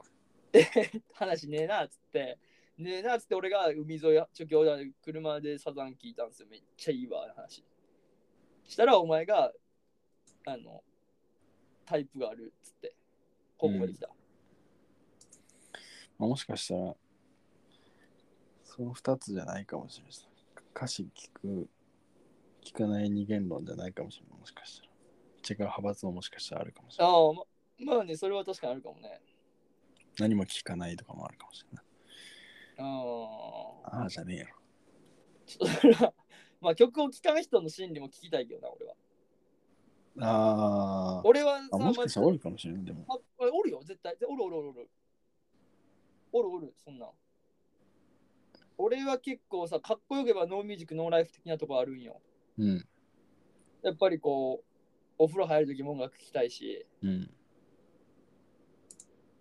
話ねえなっつって、ねえなっつって俺が海沿い、ちょきょだ車でサザン聞いたんですよ。めっちゃいいわ、話。したらお前が、あの、タイプがあるっつって、高校まで来た。まあもしかしたら、その2つじゃないかもしれない。歌詞聞く、聞かない二元論じゃないかもしれない。もしかしたら。違う派閥ももしかしたらあるかもしれない。ああ、ま、まあね、それは確かにあるかもね。何も聞かないとかもあるかもしれない。ああ、ああじゃねえよ。ちょっとそれは、まあ曲を聴かない人の心理も聞きたいけどな、俺は。あ俺はあ。さ、もしかしたらまおずるかもしれない。でも、あおるよ、絶対。おるおるおるおる。おるおる、そんなん。俺は結構さ、かっこよけばノーミュージック、ノーライフ的なとこあるんよ。うん。やっぱりこう、お風呂入るときも音楽聴きたいし、うん。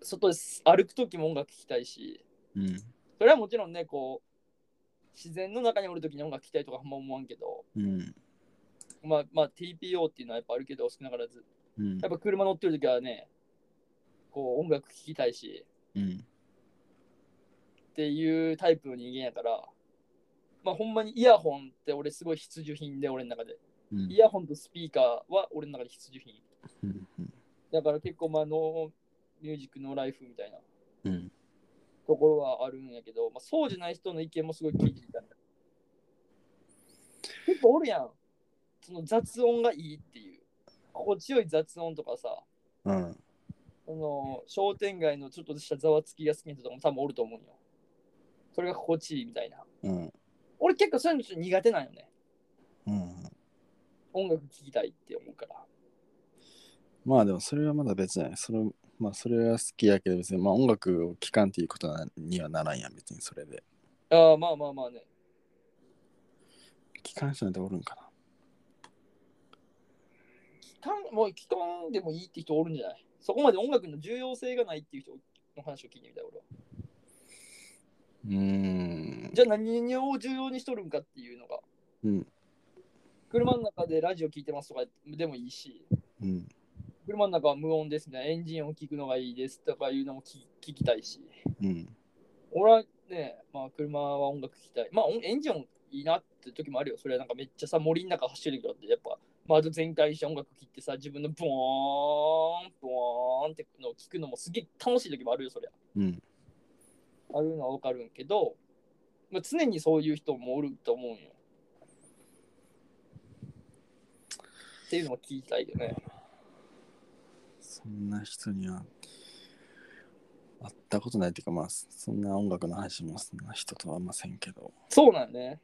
外です歩くときも音楽聴きたいし、うん。それはもちろんね、こう、自然の中におるときに音楽聴きたいとかあんま思わんけど、うん。まあ、まあ、TPO っていうのはやっぱあるけど、少なからず。うんやっ。ぱ車乗ってるときはね、こう、音楽聴きたいし、うん。っていうタイプの人間やから、まあ、ほんまにイヤホンって俺すごい必需品で、俺の中で。うんイ。ヤホンとスピーカーは俺の中で必需品。うん。だから結構、まあ、ノーミュージック、ノーライフみたいなうん。ところはあるんやけど、まあ、そうじゃない人の意見もすごい聞いてみたい。結構おるやん。その雑音がいいっていう。心地よい雑音とかさ、うん。その商店街のちょっとしたざわつきが好きな人とかも多分おると思うんよ。それが心地いいみたいな。うん。俺結構そういうのちょっと苦手なんよね。うん。音楽聴きたいって思うから。まあでもそれはまだ別じゃない。それまあそれは好きやけど別にまあ音楽を聴かんっていうことにはならんやん別にそれで。ああ、まあまあまあね。聴かん人なんておるんかな。聞かん、もう聞かんでもいいって人おるんじゃないそこまで音楽の重要性がないっていう人の話を聞いてみたい俺は。うーん。じゃあ何を重要にしとるんかっていうのが。うん。車の中でラジオ聞いてますとかでもいいし、うん。車の中は無音ですみたいな、エンジン音聞くのがいいですとかいうのも聞聞きたいし、うん。俺はね、まあ車は音楽聞きたい。まあ音エンジン音いいなって時もあるよ。それはなんかめっちゃさ、森の中走ってる時だって、やっぱ窓全開にして音楽聞いてさ、自分のブオーン、ブオーンってのを聞くのもすげえ楽しい時もあるよ、そりゃ。うん。あるのはわかるんけど、まあ、常にそういう人もおると思うんよ。っていうのも聞きたいよね。そんな人には会ったことないっていうかまあそんな音楽の配信もそんな人とはあんませんけどそうなんね。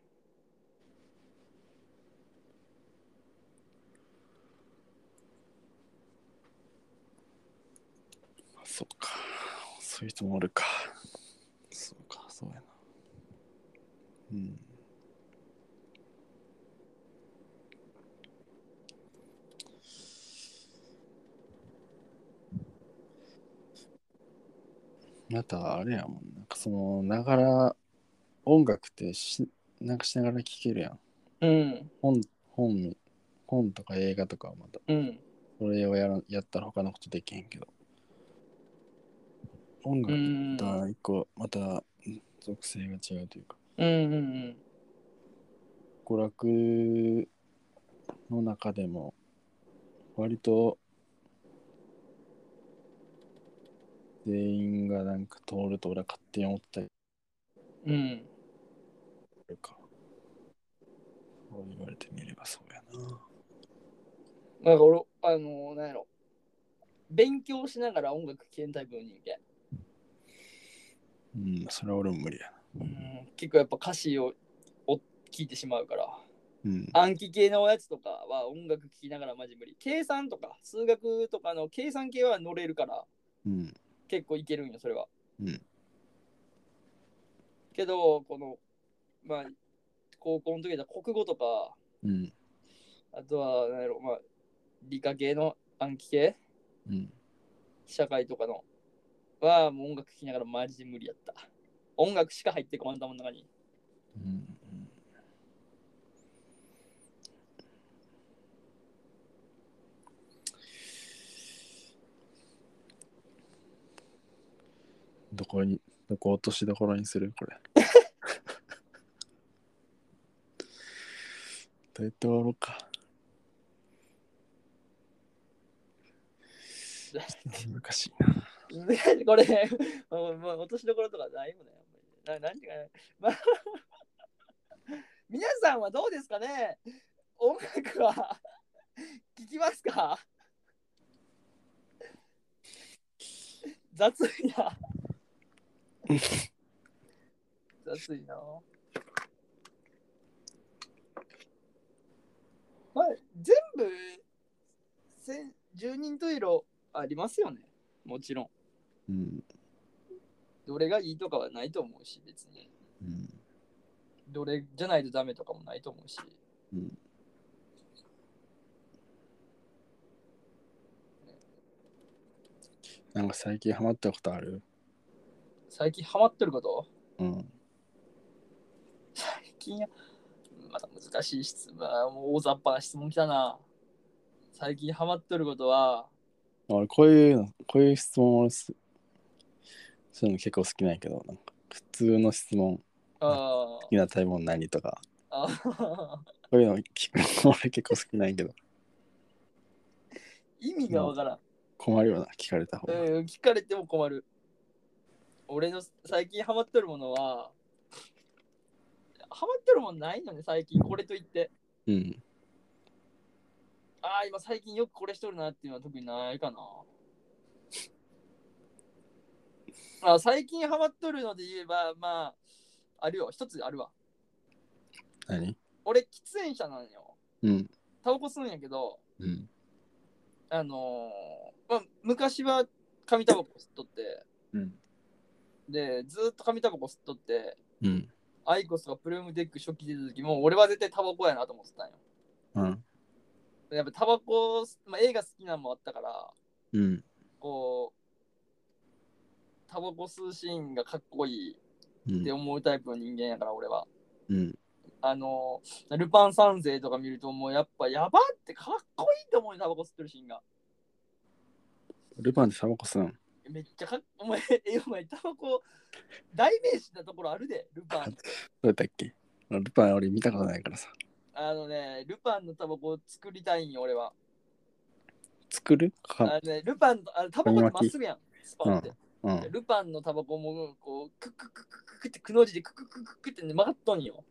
そうかそういう人もおるかそうかそうやなうんまたあれやもんなんかそのながら音楽ってしなんかしながら聴けるやんうん。本本本とか映画とかはまたうん。それをやらやったら他のことできへんけど音楽うん。また一個また属性が違うというかうんうん娯楽の中でも割と全員がなんか通ると俺は勝手に思ったりうん。うん。するかそう言われてみればそうやななんか俺、あのー、なんやろ。勉強しながら音楽聴けんタイプの人間。うんそれは俺も無理やうん。結構やっぱ歌詞をお聞いてしまうから。なうん暗記系のやつとかは音楽聴きながらマジ無理。計算とか数学とかの計算系は乗れるからうん結構いけるんよ、それは。うんけど、この、まあ、高校の時だったら国語とか、うんあとは、なんやろ、まあ、理科系の暗記系、うん社会とかのはもう音楽聴きながらマジで無理やった。音楽しか入ってこない頭の中に。うんどこに、どこ落としどころにするこれ。 どうやって終わろうか。難しいな。 これ、もうもう落としどころとかないもんね。あんまりななんていうかね、まあ、皆さんはどうですかね音楽は聞きますか雑いな。雑いな。まあ、全部、せん十人十色ありますよね。もちろん。うん。どれがいいとかはないと思うし、別に。うん。どれじゃないとダメとかもないと思うし。うんなんか最近ハマったことある最近ハマってることうん。最近や、また難しい質問、もう大雑把な質問きたな。最近ハマってることは、俺、こういうの、こういう質問をす、そういうの結構好きなんやけど、なんか普通の質問、あ好きな食べ物何とか、ーあー こういうの聞くの俺結構好きなんやけど、意味がわからん。困るよな、聞かれた方が。うん、聞かれても困る。俺の最近ハマってるものは、ハマってるもんないのね、最近、これといって。うん。ああ、今最近よくこれしとるなっていうのは特にないかな。あ最近ハマっとるので言えば、まあ、あるよ、一つあるわ。何俺、喫煙者なんよ。うん。タバコ吸うんやけど、うん。あのーまあ、昔は紙タバコ吸っとって、うん。で、ずーっと紙タバコ吸っとって、うん。アイコスとかプルームデック初期出た時も、俺は絶対タバコやなと思ってたんよ。うん。やっぱタバコ吸、まあ、映画好きなのもあったから、うん。こう、タバコ吸うシーンがかっこいい。うってん。思うタイプの人間やから俺は。うん。あのルパン三世とか見るともうやっぱやばってかっこいいと思うよタバコ吸ってるシーンが。ルパンでタバコ吸うん。めっちゃかっお前、え、お前タバコ代名詞なところあるで、ルパどン。うやったっけルパン俺見たことないからさ。あのね、ルパンのタバコを作りたいんよ俺は。作るあか。のね、ルパンのあのタバコってまっすぐやん。スパンって。うん。ルパンのタバコもこうクックックックックックってくの字でクックックックックって、ね、曲がっとんよ。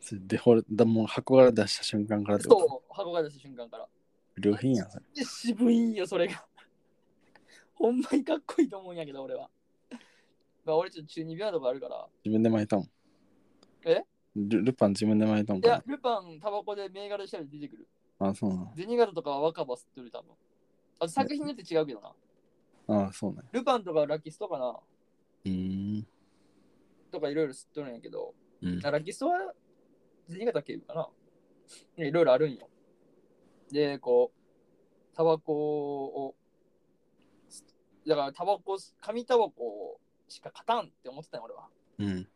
それデフォルト、もう箱から出した瞬間からってことそう、箱が出した瞬間から。良品やん、それ。 で渋いんよそれがほんまにかっこいいと思うんやけど俺はまあ俺ちょっと中二病なとこあるから。自分で巻いたもん。えルルパン自分で巻いたもんいやか、ルパン、タバコで銘柄調べて出てくる。な。あ、そうな銭形とかは若葉吸ってる、多分。あと作品によって違うけどな。の。あ、そうね。ルパンとかラキストかなうーん。とかいろいろ吸っとるんやけど、うんあラキストは銭形警部かなねいろいろあるんよ。で、こう、タバコを、だからタバコ、紙タバコしか勝たんって思ってたよ、俺は。うん。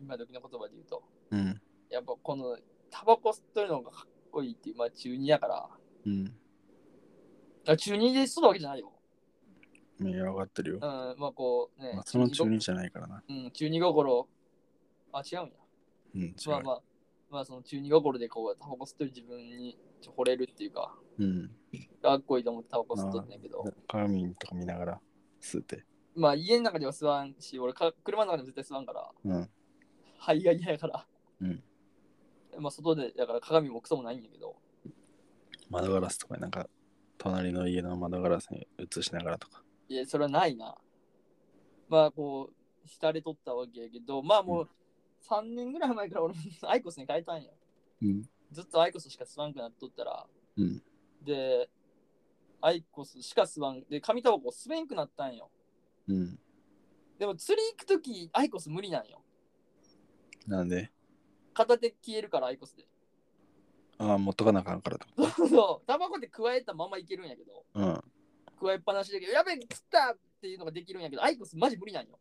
今時の言葉で言うと。うん。やっぱこのタバコ吸っとるのがかっこいいっていう、まあ中二やから。うん。あ中二で吸ったわけじゃないよ。いや、わかってるようん。、まあこうね。まあ、その中中二二じゃないからな。うん、中二心。あ、違うんや。うん、違う。まあまあ、まあその中二心でこう、タバコ吸ってる自分にちょ惚れるっていうか、うん。かっこいいと思ってタバコ吸っとったんやけど、鏡とか見ながら吸って。まあ家の中では吸わんし、俺か、車の中でも絶対吸わんから、うん。肺が嫌やから。うんまあ外で、だから鏡もクソもないんやけど、窓ガラスとか、なんか、隣の家の窓ガラスに映しながらとか。いや、それはないな。まあこう、浸れとったわけやけど、まあもう3年ぐらい前から俺、 アイコスに変えたんや。うん。ずっとアイコスしか吸わんくなっとったら、うんで、アイコスしか吸わん、で、紙タバコ吸えんくなったんよ。うん。でも釣り行くとき、アイコス無理なんよ。なんで、片手消えるから、アイコスで。 ああ、持っとかなあかんからと。そう、タバコって加えたままいけるんやけど、うん。加えっぱなしだけど、やべえ、釣ったっていうのができるんやけど、アイコスマジ無理なんよ。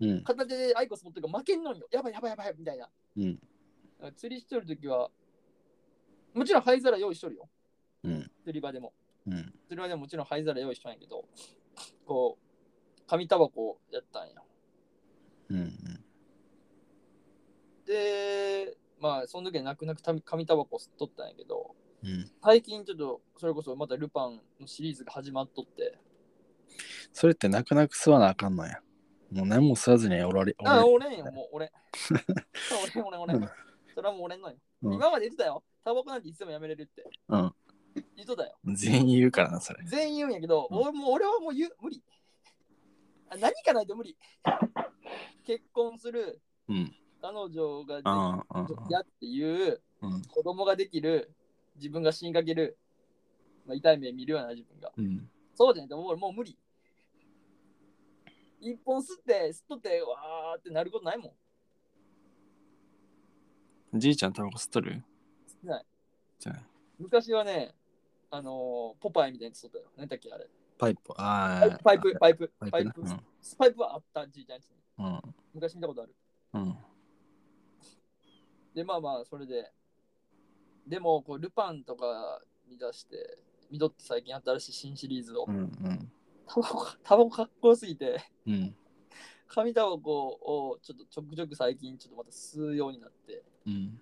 うん。片手でアイコス持ってるから負けんのんよ。やばいやばいやばいみたいな。うんだから釣りしとるときは、もちろん灰皿用意しとるよ。うん。釣り場でも。うん。それはでももちろん灰皿用意したんやけど、こう、紙タバコやったんや。うん。で、まあ、その時は泣く泣くた紙タバコ吸っとったんやけど、うん。最近ちょっと、それこそまたルパンのシリーズが始まっとって、それって泣く泣く吸わなあかんのや。もう何も吸わずにおられ、おらあ、れ俺んよ、もう 俺。俺、俺、俺うん。それはもう俺んのよ。うん今まで言ってたよ。タバコなんていつでもやめれるって。うん。言っとったよ。全員言うからな、それ。全員言うんやけど、うん俺もう俺はもう言う無理。 あ何かないと無理。 結婚する、うん。彼女ができああ、やっていううん。子供ができる自分が死にかける、まあ、痛い目見るような自分がうん。そうじゃないともうもう無理一本吸って吸っとってわーってなることないもんじいちゃん、タバコ吸っとる吸ってないじゃあ昔はねあのーポパイみたいに吸っとったよ何だっけあれパイプ。ああ。パイプパイプパイパイププなパイプはあったじいちゃんちにうん。昔見たことあるうん。でまあまあそれででもこうルパンとか見出して見とって最近新しい新シリーズをうん。うん。タバコかタバコかっこよすぎて うん。紙タバコをちょっとちょくちょく最近ちょっとまた吸うようになって、うん。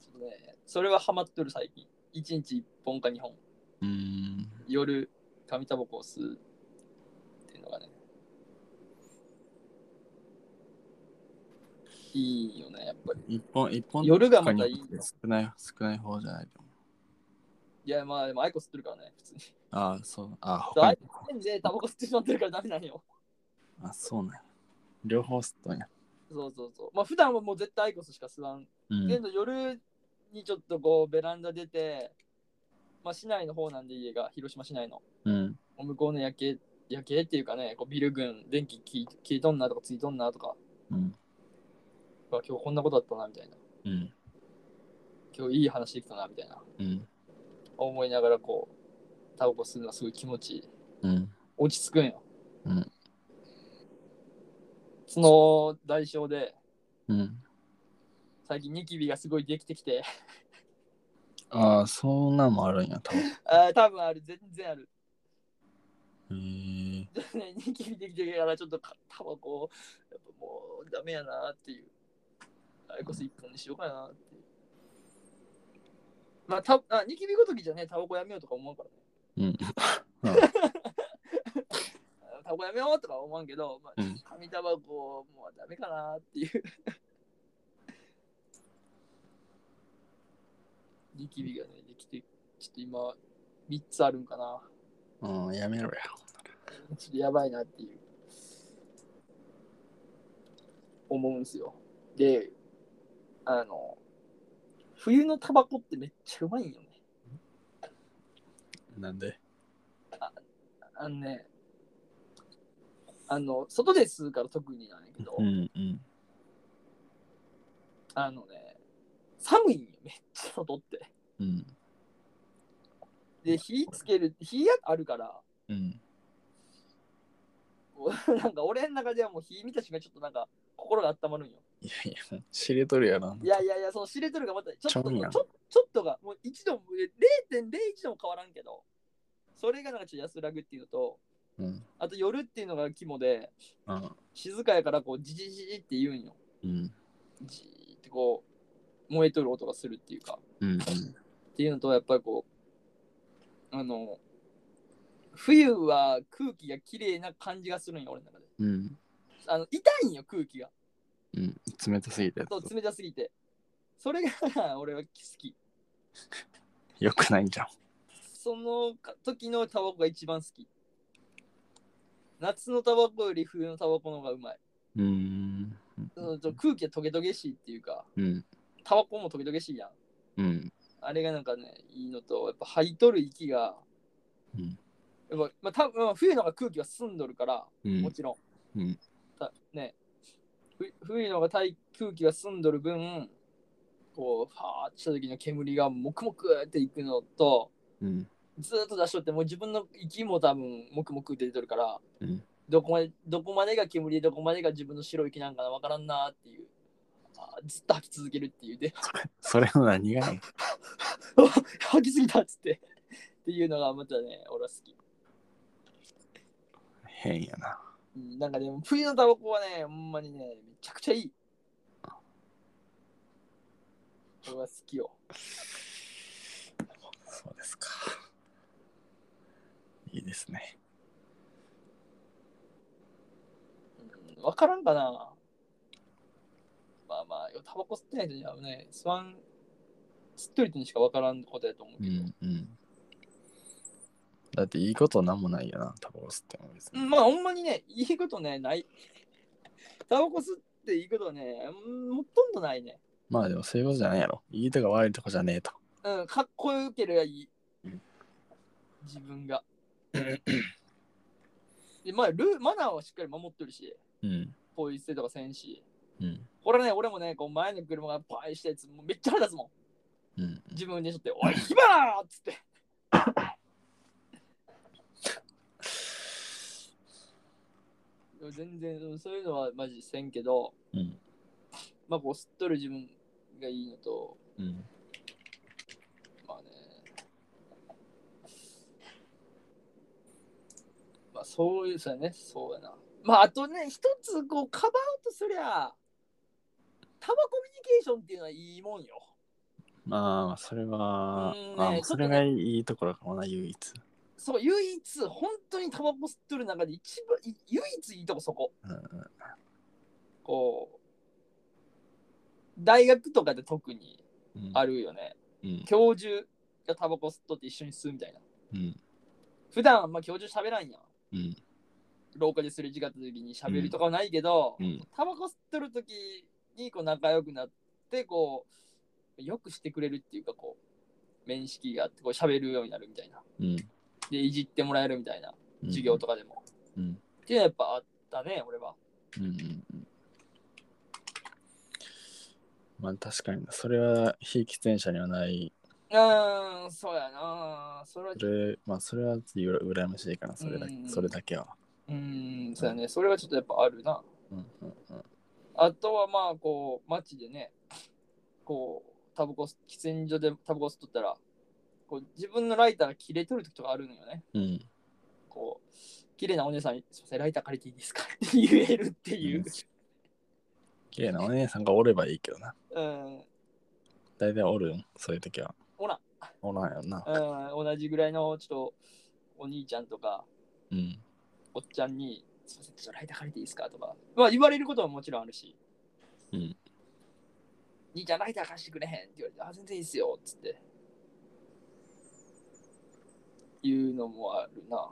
ちょっとね、それはハマっとる最近。1日1本か2本、うん。夜紙タバコを吸うっていうのがね。いいよね、やっぱり。一本、一本。夜がまたいいよ少ない、少ない方じゃないと思う。いや、まあでもアイコ吸ってるからね、普通 に。ああ、そう。ああ、ア他イに。コ吸ってタバコ吸ってしまってるからダメなんよ。あそうね。両方吸っとんや。そうそうそう。まあ普段はもう絶対アイコスしか吸わんうけん。ど夜にちょっとこうベランダ出て、まあ市内の方なんで家が、広島市内の。うん。もう向こうの夜景夜景っていうかね、こうビル群、電気消い消えとんなとかついとんなとか、うん。うわ今日こんなことだったなみたいな、うん。今日いい話できたなみたいな、うん。思いながらこう、タバコ吸うのはすごい気持ちいい。うん。落ち着くんよ。うんその代償で、うん。最近ニキビがすごいできてきて、ああ、そんなんもあるんや、多分。あー多分ある、全然ある。 へえねニキビできてきてからちょっとかタバコ、やっぱもうダメやなっていう。アイコス一本にしようかなっていう。まあ、たあニキビごときじゃね、タバコやめようとか思うからね。うん。あタバコやめようとか思うんけど、まあうん、紙タバコもうダメかなっていう。 ニキビがね、できて、ちょっと今、3つあるんかな。うん、やめろや。ちょっとやばいなっていう。思うんですよ。で、あの、冬のタバコってめっちゃうまいんよね。なんであのね、あの、外で吸うから特になんやけど、うんうん。あのね、寒いんよ、めっちゃ外って。うん。で、火つける、火あるから、 うん。こうなんか俺の中ではもう火見た瞬間ちょっとなんか心が温まるんよ。いやいや、知れとるやな。いやいやいや、その知れとるがまたちょっちゃとうんやちょちょっとがもう一度も0.01度も変わらんけど、それがなんかちょっと安らぐっていうのと、うん。あと夜っていうのが肝で、うん。静かやからこうジジジジって言うんよ。うん。ジーってこう燃えとる音がするっていうか、うん。っていうのとやっぱりこう、あの、冬は空気が綺麗な感じがするんよ、俺の中で。うん。あの痛いんよ、空気が。うん。冷たすぎてやつそう、冷たすぎて。それが 俺は好き。よくないんじゃん。その時のタバコが一番好き。夏のタバコより冬のタバコの方がうまい。うーん。うんちょ空気がトゲトゲしいっていうか、うん。タバコもトゲトゲしいやん。うん。あれがなんかね、いいのと、やっぱ吐いとる息が、うんやっぱ、まあ、多分冬の方が空気が澄んどるから、うんもちろん。うんたねふ冬の方が大空気が澄んどる分、こう、ファーってした時の煙がもくもくっていくのと、うん。ずーっと出しとって、もう自分の息も多分、もくもく出てるから、うんどこまで、どこまでが煙で、どこまでが自分の白い息なんかなわからんなーっていう。あーずっと吐き続けるっていうで、それの何がいいあ 吐きすぎたっつって。っていうのがまたね、俺は好き。変やな。うんなんかでも、冬のタバコはね、ほんまにね、めちゃくちゃいい。俺は好きよ。そうですか。いいですね。うんわ、からんかなまあまあ、タバコ吸ってない人にはね、吸わん、吸っとる人にしかわからんことやと思ううけど。んうん。だっていいことなんもないよな、タバコ吸っても別うに。ん、まあ、ほんまにね、いいことね、ない。タバコ吸っていいことはね、うんほとんどないね。まあでもそういうことじゃないやろ。いいとか悪いとかじゃねえと。うん、かっこよければいいうん。自分が。でまあ、ルーマナーはしっかり守ってるし。うん。ポイ捨てとかせんし。うん。これね、俺もね、こう前の車がパイしたやつ、もうめっちゃ腹立つもん。うん。自分でしょって、おい、暇だーっつって。でも全然うんそういうのはマジせんけど、うん。まあこう吸っとる自分がいいのと、うん。まあね。まあそういう、そうやね、そうやな。まああとね、一つこう、かばうとすりゃ、タバコミュニケーションっていうのはいいもんよ。まあ、それは、うんあねそれがいいところかもな、唯一。そう、唯一、本当にタバコ吸ってる中で一番、い唯一いいとこそこ。うんうんこう、大学とかで特にうんあるよね。うん教授がタバコ吸っとって一緒に吸うみたいな。うん普段あんま教授喋らんやん。うん廊下ですれ違った時に喋るとかはないけど、うんタバコ吸ってる時にこう仲良くなって、こう、よくしてくれるっていうか、こう、面識があって、こう喋るようになるみたいな。うんで、いじってもらえるみたいな。うん授業とかでも。うんっていうのはやっぱあったね、俺は。うんうんうんまあ確かになそれは非喫煙者にはない。うーん、そうやな。それは、それまあそれはうら羨ましいかな、それだけ,、うんそれだけは。うーん、そうやね。それはちょっとやっぱあるな。うんうんうんあとはまあ、こう、街でね、こう、タバコ吸、喫煙所でタバコ吸っとったら、こう、自分のライターが切れとる時とかあるのよね。うんこう、綺麗なお姉さんに、すいません、ライター借りていいですかって言えるっていう。綺麗なお姉さんがおればいいけどな。うん、大体おるん、そういう時は。おらん、おらんよな。うん、同じぐらいの、ちょっと、お兄ちゃんとか、うん。おっちゃんに、すいません、ちょっとライター借りていいですかとか、まあ言われることはもちろんあるし、うん兄ちゃんライター貸してくれへんって言われて、あ、全然いいっすよ、っつって。いうのもあるな。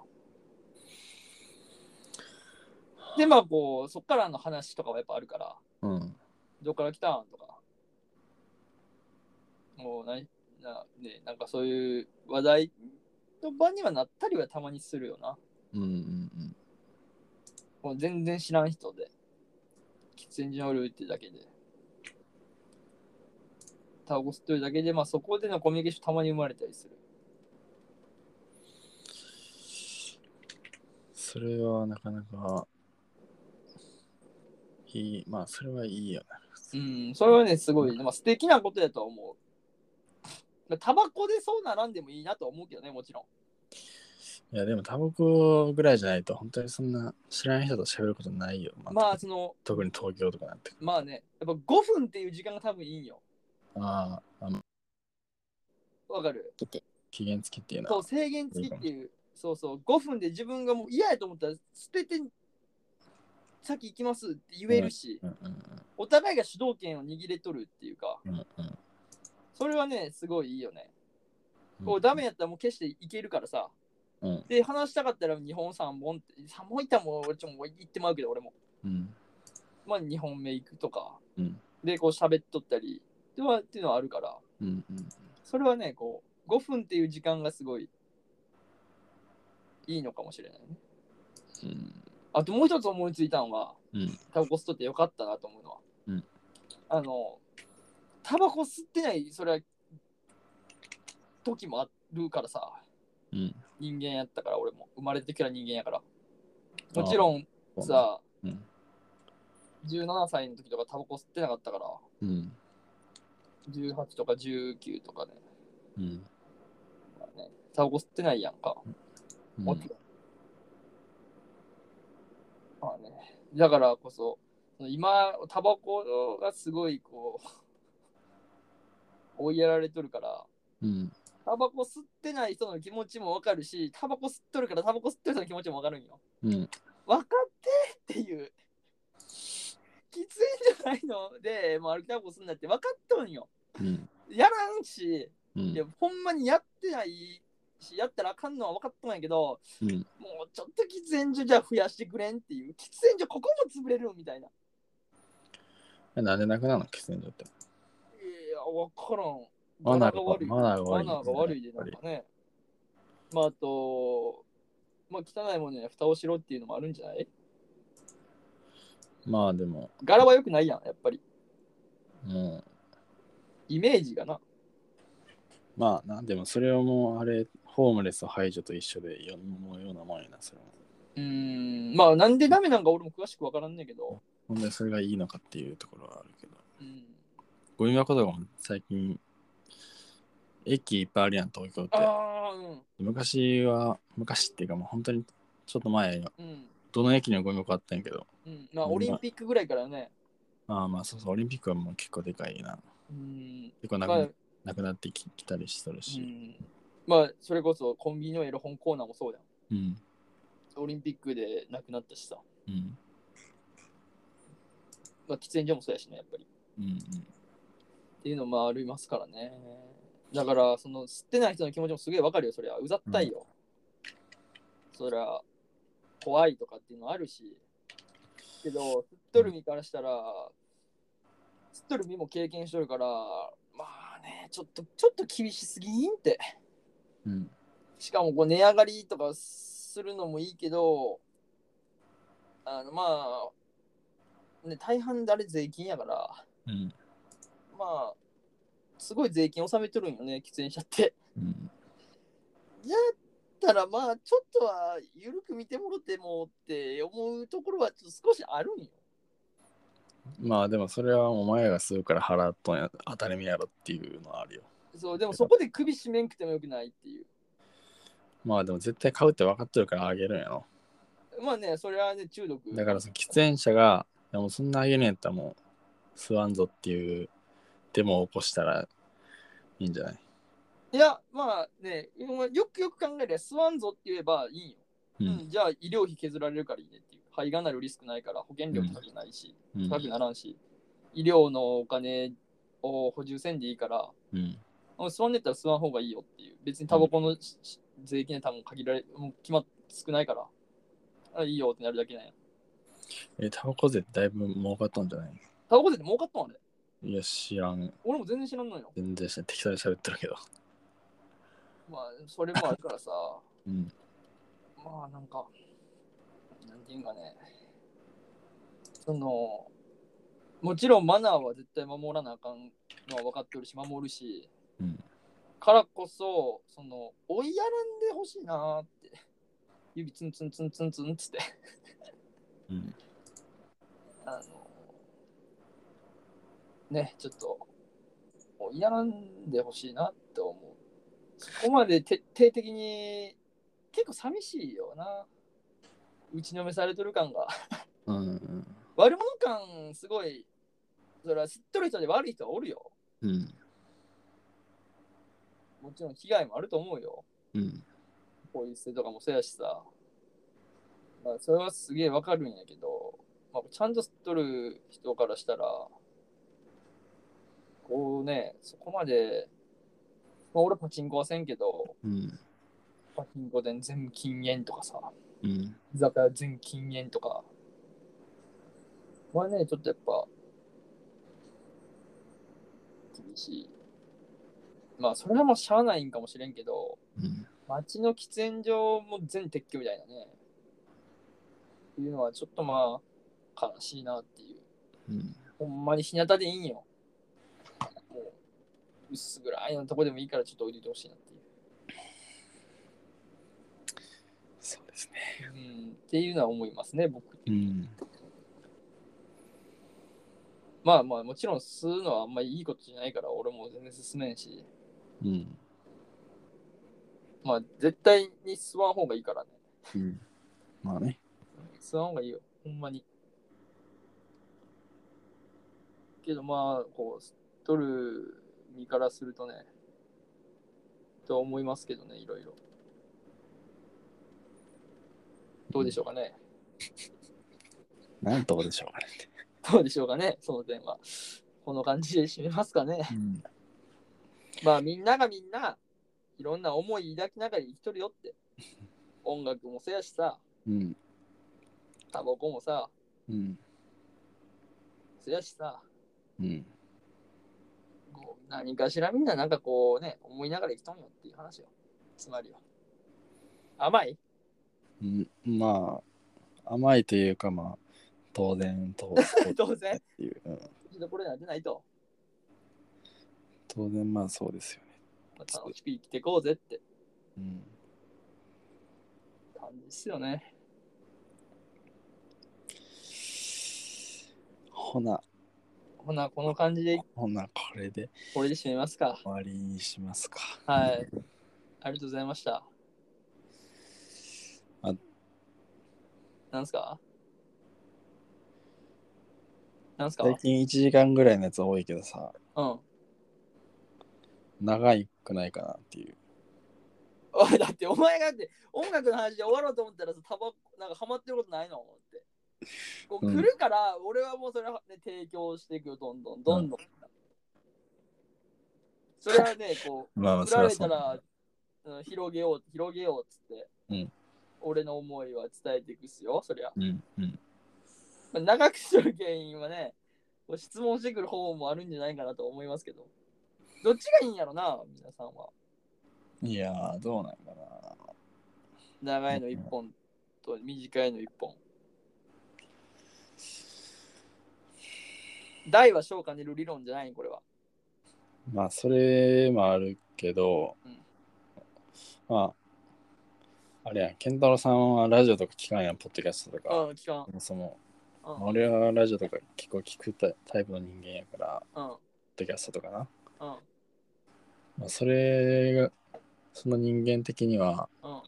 で、まあこう、そっからの話とかはやっぱあるから、うん。どっから来たんとか。もうないな、ね、なんかそういう話題の場にはなったりはたまにするよな。うんうんもう全然知らん人で。喫煙所におるってだけで。タバコ吸ってるだけで、まあそこでのコミュニケーションたまに生まれたりする。それはなかなか、いい、まあ、それはいいよね。普通うん、それはね、すごい、まあ、素敵なことやとは思う。まあタバコでそうならんでもいいなとは思うけどね、もちろん。いや、でも、タバコぐらいじゃないと、本当にそんな知らない人と喋ることないよ。まあまあ、その、特に東京とかなってくる。まあね、やっぱ5分っていう時間が多分いいんよ。ああ、あのわかる期限付きっていうのそはう、。制限付きっていう。そうそう、5分で自分がもう嫌やと思ったら、捨てて、先行きますって言えるし、うんうんお互いが主導権を握れとるっていうか、うんうんうんそれはね、すごいいいよね。うん。こう、ダメやったらもう決していけるからさ。うんで、話したかったら2本3本って、3本いったらもう俺ちょっともう行ってまうけど、俺も。うんまあ、2本目行くとか、うんでこう喋っとったりではっていうのはあるからうんうん。それはねこう5分っていう時間がすごいいいのかもしれないねうんあともう一つ思いついたのはうんタバコ吸っとってよかったなと思うのは、うんあのタバコ吸ってないそれは時もあるからさうん。人間やったから俺も生まれてから人間やからもちろんさ、うん17歳の時とかタバコ吸ってなかったからうん18とか19とかねうんまあねタバコ吸ってないやんか。うんもちろんまあね、だからこそ、今、タバコがすごいこう、 追いやられとるから、うんタバコ吸ってない人の気持ちもわかるし、タバコ吸っとるからタバコ吸っとる人の気持ちもわかるんよ。うん分かってっていう。喫煙じゃないので、もう歩きタバコ吸んだって分かっとんよ。うんやらんし、うんいやほんまにやってないしやったらあかんのは分かったんやけど、うんもうちょっと喫煙所じゃ増やしてくれんっていう喫煙所ここも潰れるみたいないえなんでなくなるの喫煙所って。や分からんマナー柄が悪いマナーが悪いマナーが悪いでなんかねまああとまあ汚いものには蓋をしろっていうのもあるんじゃないまあでも、柄は良くないやんやっぱりもイメージがなう、まあなんでもそれはもうあれ、ホームレス排除と一緒で、よもうようなもんやな、それは。うーんまあなんでダメなんか俺も詳しく分からんねんけどほんでそれがいいのかっていうところはあるけど。うんゴミ箱とかも最近、駅いっぱいあるやん、東京って。ああうん昔は、昔っていうかもう本当にちょっと前は、うんどの駅にもゴミ箱あったんやけど、うんまあオリンピックぐらいからねまあまあそうそう、オリンピックはもう結構でかいな。うん結構なく,、まあなくなってききたりしてるうし。ん、まあそれこそコンビニのエロ本コーナーもそうやうんん。オリンピックでなくなったしさ、うん。まあ、喫煙所もそうやしねやっぱりうん。っていうのもありますからねだからその吸ってない人の気持ちもすげえわかるよそりゃうざったいよ、そりゃ怖いとかっていうのあるしけど吸っとる身からしたら吸っとる身も経験しとるからまあねちょっとちょっと厳しすぎんってうん。うん。しかもこう値上がりとかするのもいいけど、あのまあ、ね、大半誰税金やから、うん。まあ、すごい税金納めとるんよね、喫煙者って。うん。やったらまあ、ちょっとは緩く見てもろてもって思うところはちょっと少しあるんよ。まあでもそれはお前がするから払っとんや当たり前やろっていうのはあるよ。そう、でもそこで首絞めんくてもよくないっていう。まあでも絶対買うって分かってるからあげるんやろ。まあね、それはね、中毒。だからその喫煙者が、でもそんなあげるんやったらもう吸わんぞっていうデモを起こしたらいいんじゃないいや、まあね、よくよく考えれば、吸わんぞって言えばいいんよ。ううんん。じゃあ医療費削られるからいいねっていう。肺がんなるリスクないから保険料高くないし、うん。高くならんし、医療のお金を補充せんでいいから、うん。もう吸わんねったら吸わん方がいいよっていう。別にタバコのし、し税金で多分限られ、もう決まっ少ないから、あいいよってなるだけなんや。え、タバコ税ってだいぶ儲かったんじゃないタバコ税って儲かったんあれ。いや、知らん。俺も全然知らんのよ。全然知らん。適当に喋ってるけど。まあ、それもあるからさ、うん。まあなんか、なんていうんかね、その、もちろんマナーは絶対守らなあかんのは分かってるし、守るし、うんからこそ、その、追いやらんでほしいなーって、指ツンツンツンツンツンっつって、うん。あの、ね、ちょっと、追いやらんでほしいなって思う。そこまで徹底的に、結構寂しいよな。打ちのめされとる感が。 うん。悪者感すごいそれは知っとる人で悪い人はおるようん。もちろん被害もあると思うようん。ポイ捨てとかもそうやしさ、まあ、それはすげえわかるんやけど、まあ、ちゃんと知っとる人からしたらこうねそこまで、まあ、俺パチンコはせんけどうん。パチンコ店全部禁煙とかさうん。居酒屋全禁煙とか。これはね、ちょっとやっぱ、厳しい。まあ、それはもうしゃあないんかもしれんけど、うん。街の喫煙所も全撤去みたいなね。っていうのはちょっとまあ、悲しいなっていう。うん。ほんまに日向でいいんよ。もう、薄暗いのとこでもいいからちょっと置いといてほしいなっていう。そうですね。うん、っていうのは思いますね、僕。うん。まあまあもちろん吸うのはあんまりいいことじゃないから俺も全然進めんしうん。まあ絶対に吸わん方がいいからねうん。まあね。吸わん方がいいよほんまにけどまあこう吸っとる身からするとねと思いますけどねいろいろどうでしょうかね、なんとでしょうかね。どうでしょうかねその点はこの感じで締めますかねうん。まあみんながみんないろんな思い抱きながら生きとるよって。音楽もせやしさ、うん。タバコもさ、うん。せやしさ、うん。こう何かしらみんななんかこうね、思いながら生きとんよっていう話よ。つまりは。甘いうん、まあ甘いというかまあ当然と 当然、っていう、うん、ひどころになってないと、当然まあそうですよね、まあ、楽しく生きてこうぜってうん、感じですよね。ほなほな、この感じで、ほなこれでこれで締めますか。終わりにしますかはい。ありがとうございました。あなんすかなんすか最近1時間ぐらいのやつ多いけどさうん。 長いくないかなっていうおい、だってお前がだって音楽の話で終わろうと思ったらさ、タバコなんかハマってることないのって。こううん来るから、俺はもうそれは、ね、提供していくよ、どんどん、どんどん。それはね、こまあまう、あ振そられはれそたうら、うん広げよう、広げようっつって、うん俺の思いは伝えていくっすよ、そりゃ。うんうんまあ長くする原因はね、こう質問してくる方もあるんじゃないかなと思いますけど、どっちがいいんやろな、皆さんは。いやーどうなんかな長いの一本と短いの一本。大は小を兼ねる理論じゃないこれは。まあそれもあるけど、うんまああれやん健太郎さんはラジオとか聞かんやんポッドキャストとか、うん、期間。そもそもうん、うん、俺はラジオとか結構聞くタタイプの人間やから、うんポッドキャストとかな。うん、まあ、それが、その人間的には、うん。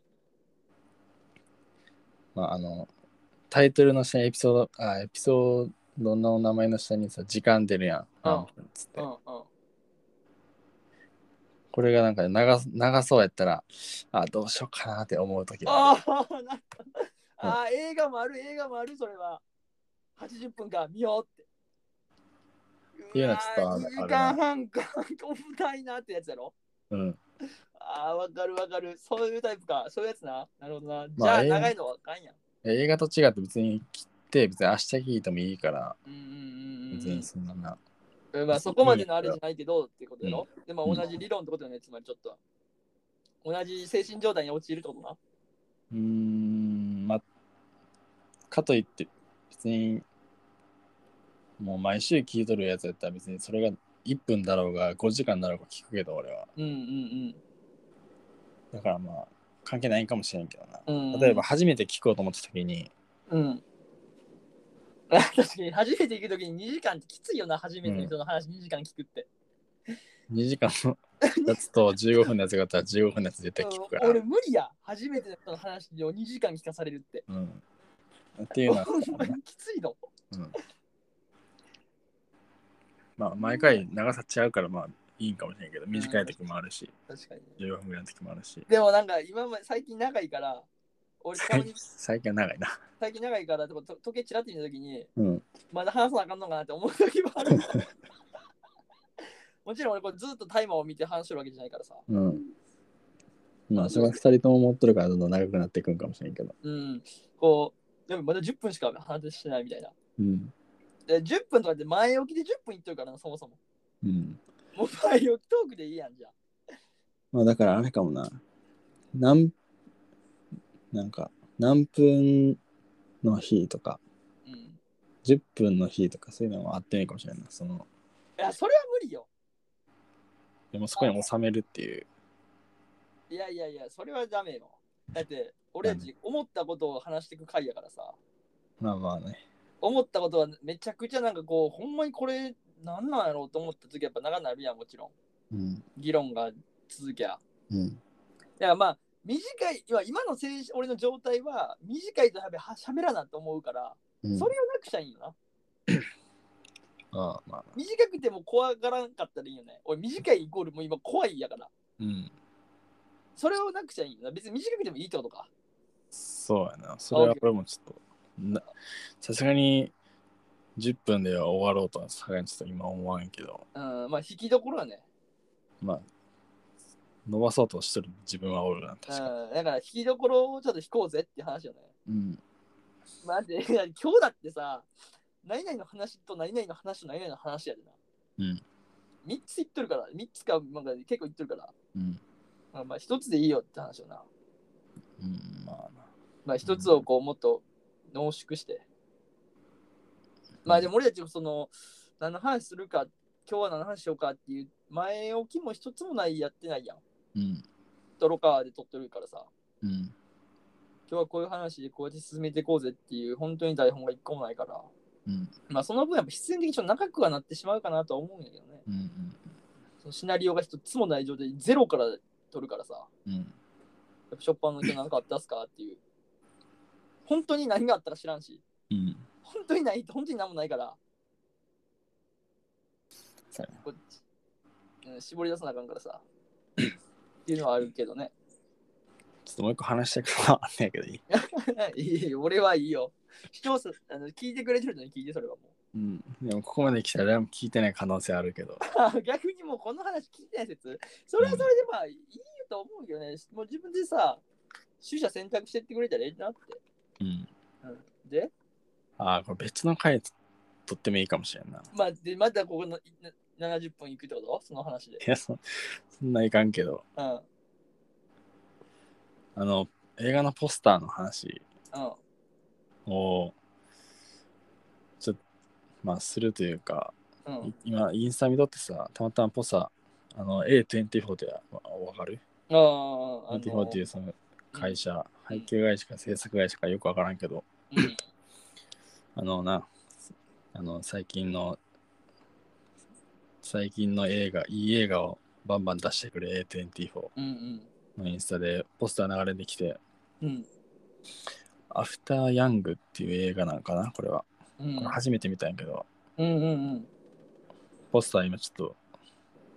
まあ、あの、タイトルの下にエピソード、あ、エピソードの名前の下にさ、時間出るやん。何分っつって。うんこれがなんか長す長そうやったら、あ、どうしようかなって思うときはあああ、なんかああ、映画もある、映画もある、それは。80分か、見ようって。っていうのはちょっとある2時間半か、 重たいなってやつやろ。る。うん。ああ、わかるわかる。そういうタイプか、そういうやつな。なるほどな。じまゃああ、映画長いのはあかんやん。映画と違って別に切って、別に明日聞いてもいいから、うんうんうんうん。全然そんな。うんまあ、そこまでのあれじゃないけどっていうことやろ。でも同じ理論ってことよね、つまりちょっと。同じ精神状態に陥るってことな。うーん、まあ、かといって、別に、もう毎週聞いとるやつやったら別にそれが1分だろうが5時間だろうが聞くけど、俺は。うんうんだからまあ、関係ないんかもしれんけどな。うん。うん例えば、。初めて聞こうと思った時に、うん。 確かに、初めて行くときに2時間ってきついよな、初めての人の話2時間聞くって。 2時間 のやつと15分のやつがあったら15分のやつ絶対聞くかうんら。俺無理や、初めての人の話を2時間聞かされるって。うん。ってい うの は、ほんまにきついの。まあ、毎回長さ違うからまあ、いいんかもしれんけど、短い時もあるし、確かに。 15分ぐらいの時もあるし。でもなんか今まで最近長いから、俺たまに最近は長いな。最近長いから、でもと時計ちらって見たときに、うん。まだ話さなあかんのかなって思う時もある。 もちろん俺これずっとタイマーを見て話してるわけじゃないからさ。うん。まあ、それは2人とも持っとるから、どんどん長くなっていくんかもしれんけど。うん。こう、でもまだ10分しか話してないみたいな。うん。で、10分とかって前置きで10分いってるからな、そもそも。うん。もう前置きトークでいいやんじゃん。まあ、だからあれかもな。何、なんか、何分の日とか、うん。い10分の日とか、そういうのもあってもいいかもしれんない。その、や、それは無理よ。でもそこに収めるっていう。いやいやいや、それはダメよ。だって、俺たち思ったことを話していく回やからさ。まあまあね。思ったことはめちゃくちゃなんかこう、ほんまにこれなんなんやろうと思った時やっぱ長なるやん、もちろん。うん。議論が続きゃ。うん。だからまあ短い要は今の精神俺の状態は短いとやべはしゃべらなと思うから、うん、それをなくちゃいいよなああまあ。短くても怖がらんかったらいいよね俺短いイコールもう今怖いやからうん。それをなくちゃいいよな別に短くてもいいってことかそうやな。それは俺もちょっと、なさすがに10分では終わろうとはさすがにちょっと今思わんけど。うんまあ引きどころはねまあ、伸ばそうとしてる自分はおるな、う確かんだから引きどころをちょっと引こうぜって話よねに。うん。まあで 今日だってさ何々の話と何々の話と何々の話やでなうん3つ言っとるから3つかなんか結構言っとるからうん。まあまあ1つでいいよって話よなうん、まあな。まあ、一つをこうもっと濃縮して。まあでも俺たちもその何の話するか、今日は何の話しようかっていう前置きも一つもないやってないやん。うん。ドロカーで撮ってるからさ。うん。今日はこういう話でこうやって進めていこうぜっていう本当に台本が一個もないから。うん。まあその分やっぱ必然的にちょっと長くはなってしまうかなとは思うんやけどね。うん。そのシナリオが一つもない状態でゼロから撮るからさ。うん。やっぱショッパーの人何かあったっすかっていう。本当に何があったら知らんし。うん。本当にない本当に何もないから。そうやなこっち、うん、絞り出さなあかんからさ。っていうのはあるけどね。 ちょっともう一個話したいことはあんねやけどいい。いいよ俺はいいよ。視聴者、あの聞いてくれてるのに聞いて、それはもうん。でもここまで来たら誰も聞いてない可能性あるけど。う。逆にもうこの話聞いてない説。それはそれでまあいいと思うけどね。もう自分でさ、取捨選択してってくれたらええなって。うん。で、ああ、これ別の回とってもいいかもしれんな。いまあ、でまたここのいな70分いくってことその話で。や、そそんないかんけど。うん。うん。あの、映画のポスターの話を、ちょっと、まあ、するというか、うん。今、インスタ見とってさ、たまたまポスター、あの、A24 ってわわかるああ、あの ?24 っていうその会社、配給会社か制作会社かよくわからんけど、うんあのな、あの、最近の、最近の映画、いい映画をバンバン出してくれ、A24 うんのインスタでポスター流れてきて、うん。うん。アフター・ヤングっていう映画なんかな、これは。うんこれ初めて見たんやけど、うんうんうん。ポスター今ちょっ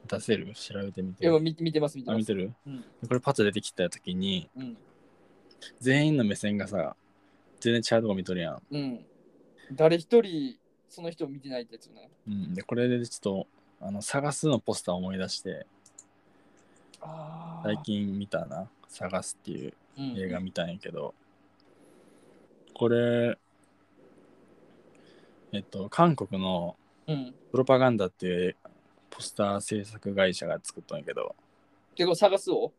と出せる調べてみてで。も見見てます、見てあ、ま見す。てるうんこれパッと出てきた時に、うん全員の目線がさ、全然違うとこ見とるやん。うん。誰一人その人を見てないってやつよね。うん、で、これでちょっと、あの、探すのポスターを思い出して、あ最近見たな、探すっていう近映画見たんやけど、これ、えっと、韓国のうん。プロパガンダっていうポスター制作会社が作ったんやけど、結構探すを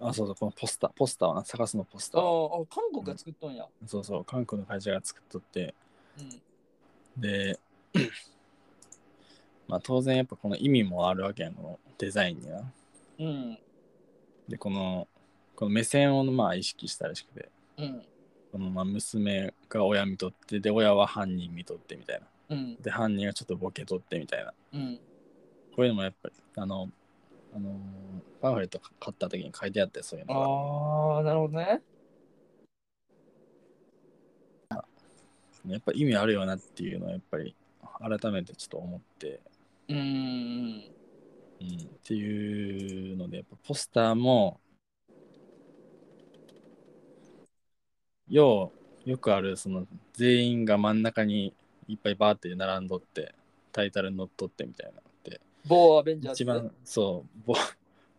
あ、そうそう、このポスター、ポスターをな、探すのポスタあーを。あ、韓国が作っとんや。そうそう、韓国の会社が作っとって、うん。で、まあ当然やっぱこの意味もあるわけやんこのデザインには。うん。で、この、この目線をまあ意識したらしくて、うん。このまあ娘が親見とって、で、親は犯人見とってみたいな。うん。で、犯人がちょっとボケとってみたいな。うん。こういうのもやっぱり、あの、あのーパンフレット買った時に書いてあって、そういうのが。ああ、なるほどね。やっぱ意味あるよなっていうのはやっぱり改めてちょっと思って、うん。うん、っていうのでやっぱポスターもようよくあるその全員が真ん中にいっぱいバーって並んどってタイトルに乗っとってみたいなのって某アベンジャーズ。一番そう某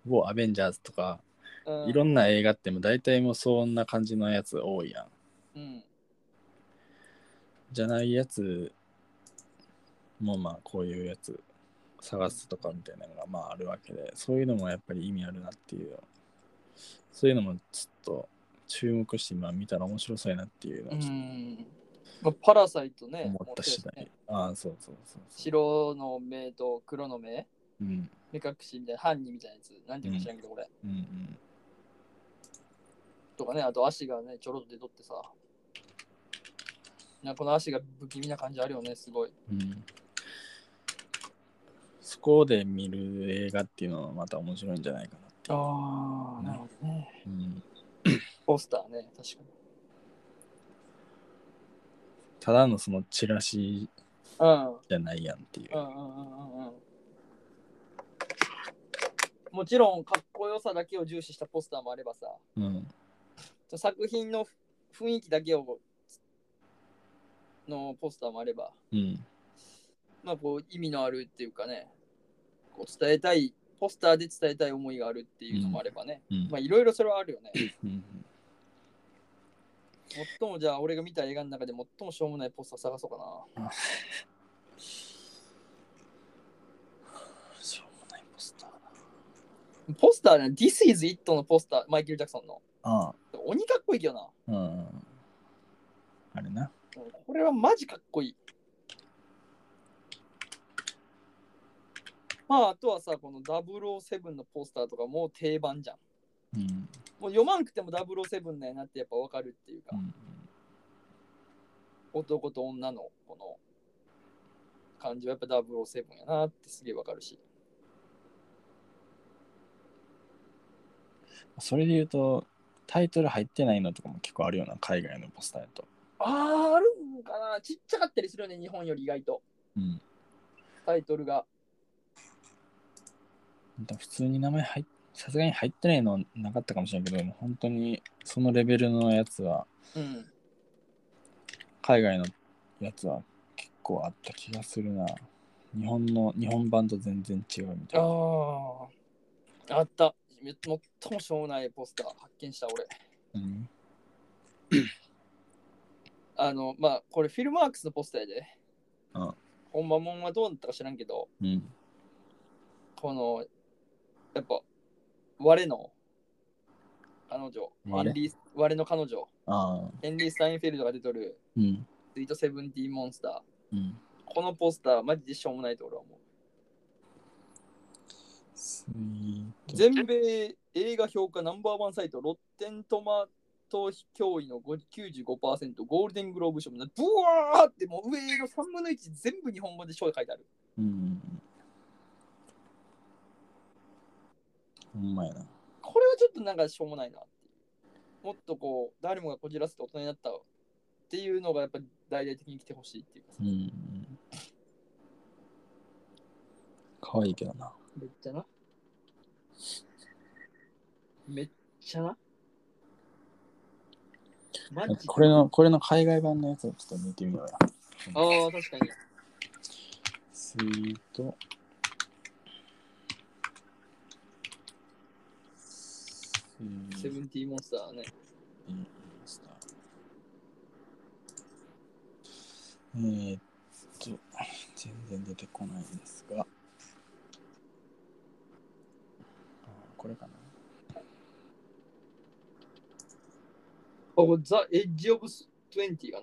某アベンジャーズとかうん、いろんな映画ってもう大体もうそんな感じのやつ多いやんうん。じゃないやつもまあこういうやつ探すとかみたいなのがまああるわけでそういうのもやっぱり意味あるなっていうそういうのもちょっと注目して今見たら面白そうやなっていうのうをちょっん。まあ、パラサイトとね。思った次第、持ってるねああそうそうそうそう白の目と黒の目、うん目隠しみたいな、犯人みたいなやつ。なんていうか知らんけど、これ。うんうんとかね、あと足がね、ちょろっと出とってさ。なんかこの足が不気味な感じあるよね、すごい。うんそこで見る映画っていうのはまた面白いんじゃないかなっていうああなるほどね。うん、ポスターね、確かに。ただのそのチラシうん。じゃないやんっていう、うんうんうんうんうん。もちろん、かっこよさだけを重視したポスターもあればさ、うん、作品の雰囲気だけをのポスターもあれば、うんまあこう意味のあるっていうかね、こう伝えたい、ポスターで伝えたい思いがあるっていうのもあればね、うんまあいろいろそれはあるよね。うん最もじゃあ俺が見た映画の中で最もしょうもないポスター探そうかな。しょうもないポスターだな。ポスターね、This is It のポスター、マイケル・ジャクソンの。あ鬼かっこいいけどな。あ、うん。あれな。うんこれはマジかっこいい。まああとはさ、この007のポスターとかもう定番じゃん。うん。もう読まんくても007なんやなってやっぱわかるっていうか、うん男と女のこの感じはやっぱ007やなってすげえわかるし。それで言うと、タイトル入ってないのとかも結構あるような、海外のポスターやと。あー、あるんかなちっちゃかったりするよね、日本より意外と。うん。タイトルが。普通に名前入っさすがに入ってないのなかったかもしれんけど、本当にそのレベルのやつは、うん。海外のやつは結構あった気がするな。日本の、日本版と全然違うみたいな。ああ。あった。め最もしょうもないポスター発見した俺。うん。あの、まあ、これフィルマークスのポスターやで。うん。ほんまもんはどうなったか知らんけど、うん。この、やっぱ、我の彼女、我ヘンリー我の彼女、ああ。ヘンリー・スタインフェルドが出とる、うん。スイート・セブンティーン・モンスタうー。ん。このポスター、マジでしょうもないと俺は思う。スイート全米映画評価ナンバーワンサイト、ロッテントマト脅威の5 95%、ゴールデングローブ賞もな、ブワーってもう上の3分の1全部日本語で賞で書いてある。うん。ほんまやな。これはちょっとなんかしょうもないなっていう。もっとこう、誰もがこじらせて大人になったっていうのがやっぱり大々的に来てほしいっていうかさう。ん。かわいいけどな。めっちゃな。めっちゃな。マジでこれの、これの海外版のやつをちょっと見てみようや。ああ、確かに。スイート。スイーセトブンティーンモンスターね。インスタえーっと、全全然出てこないんですが。あこれかな。あ、これザ・エッジ・オブ・20か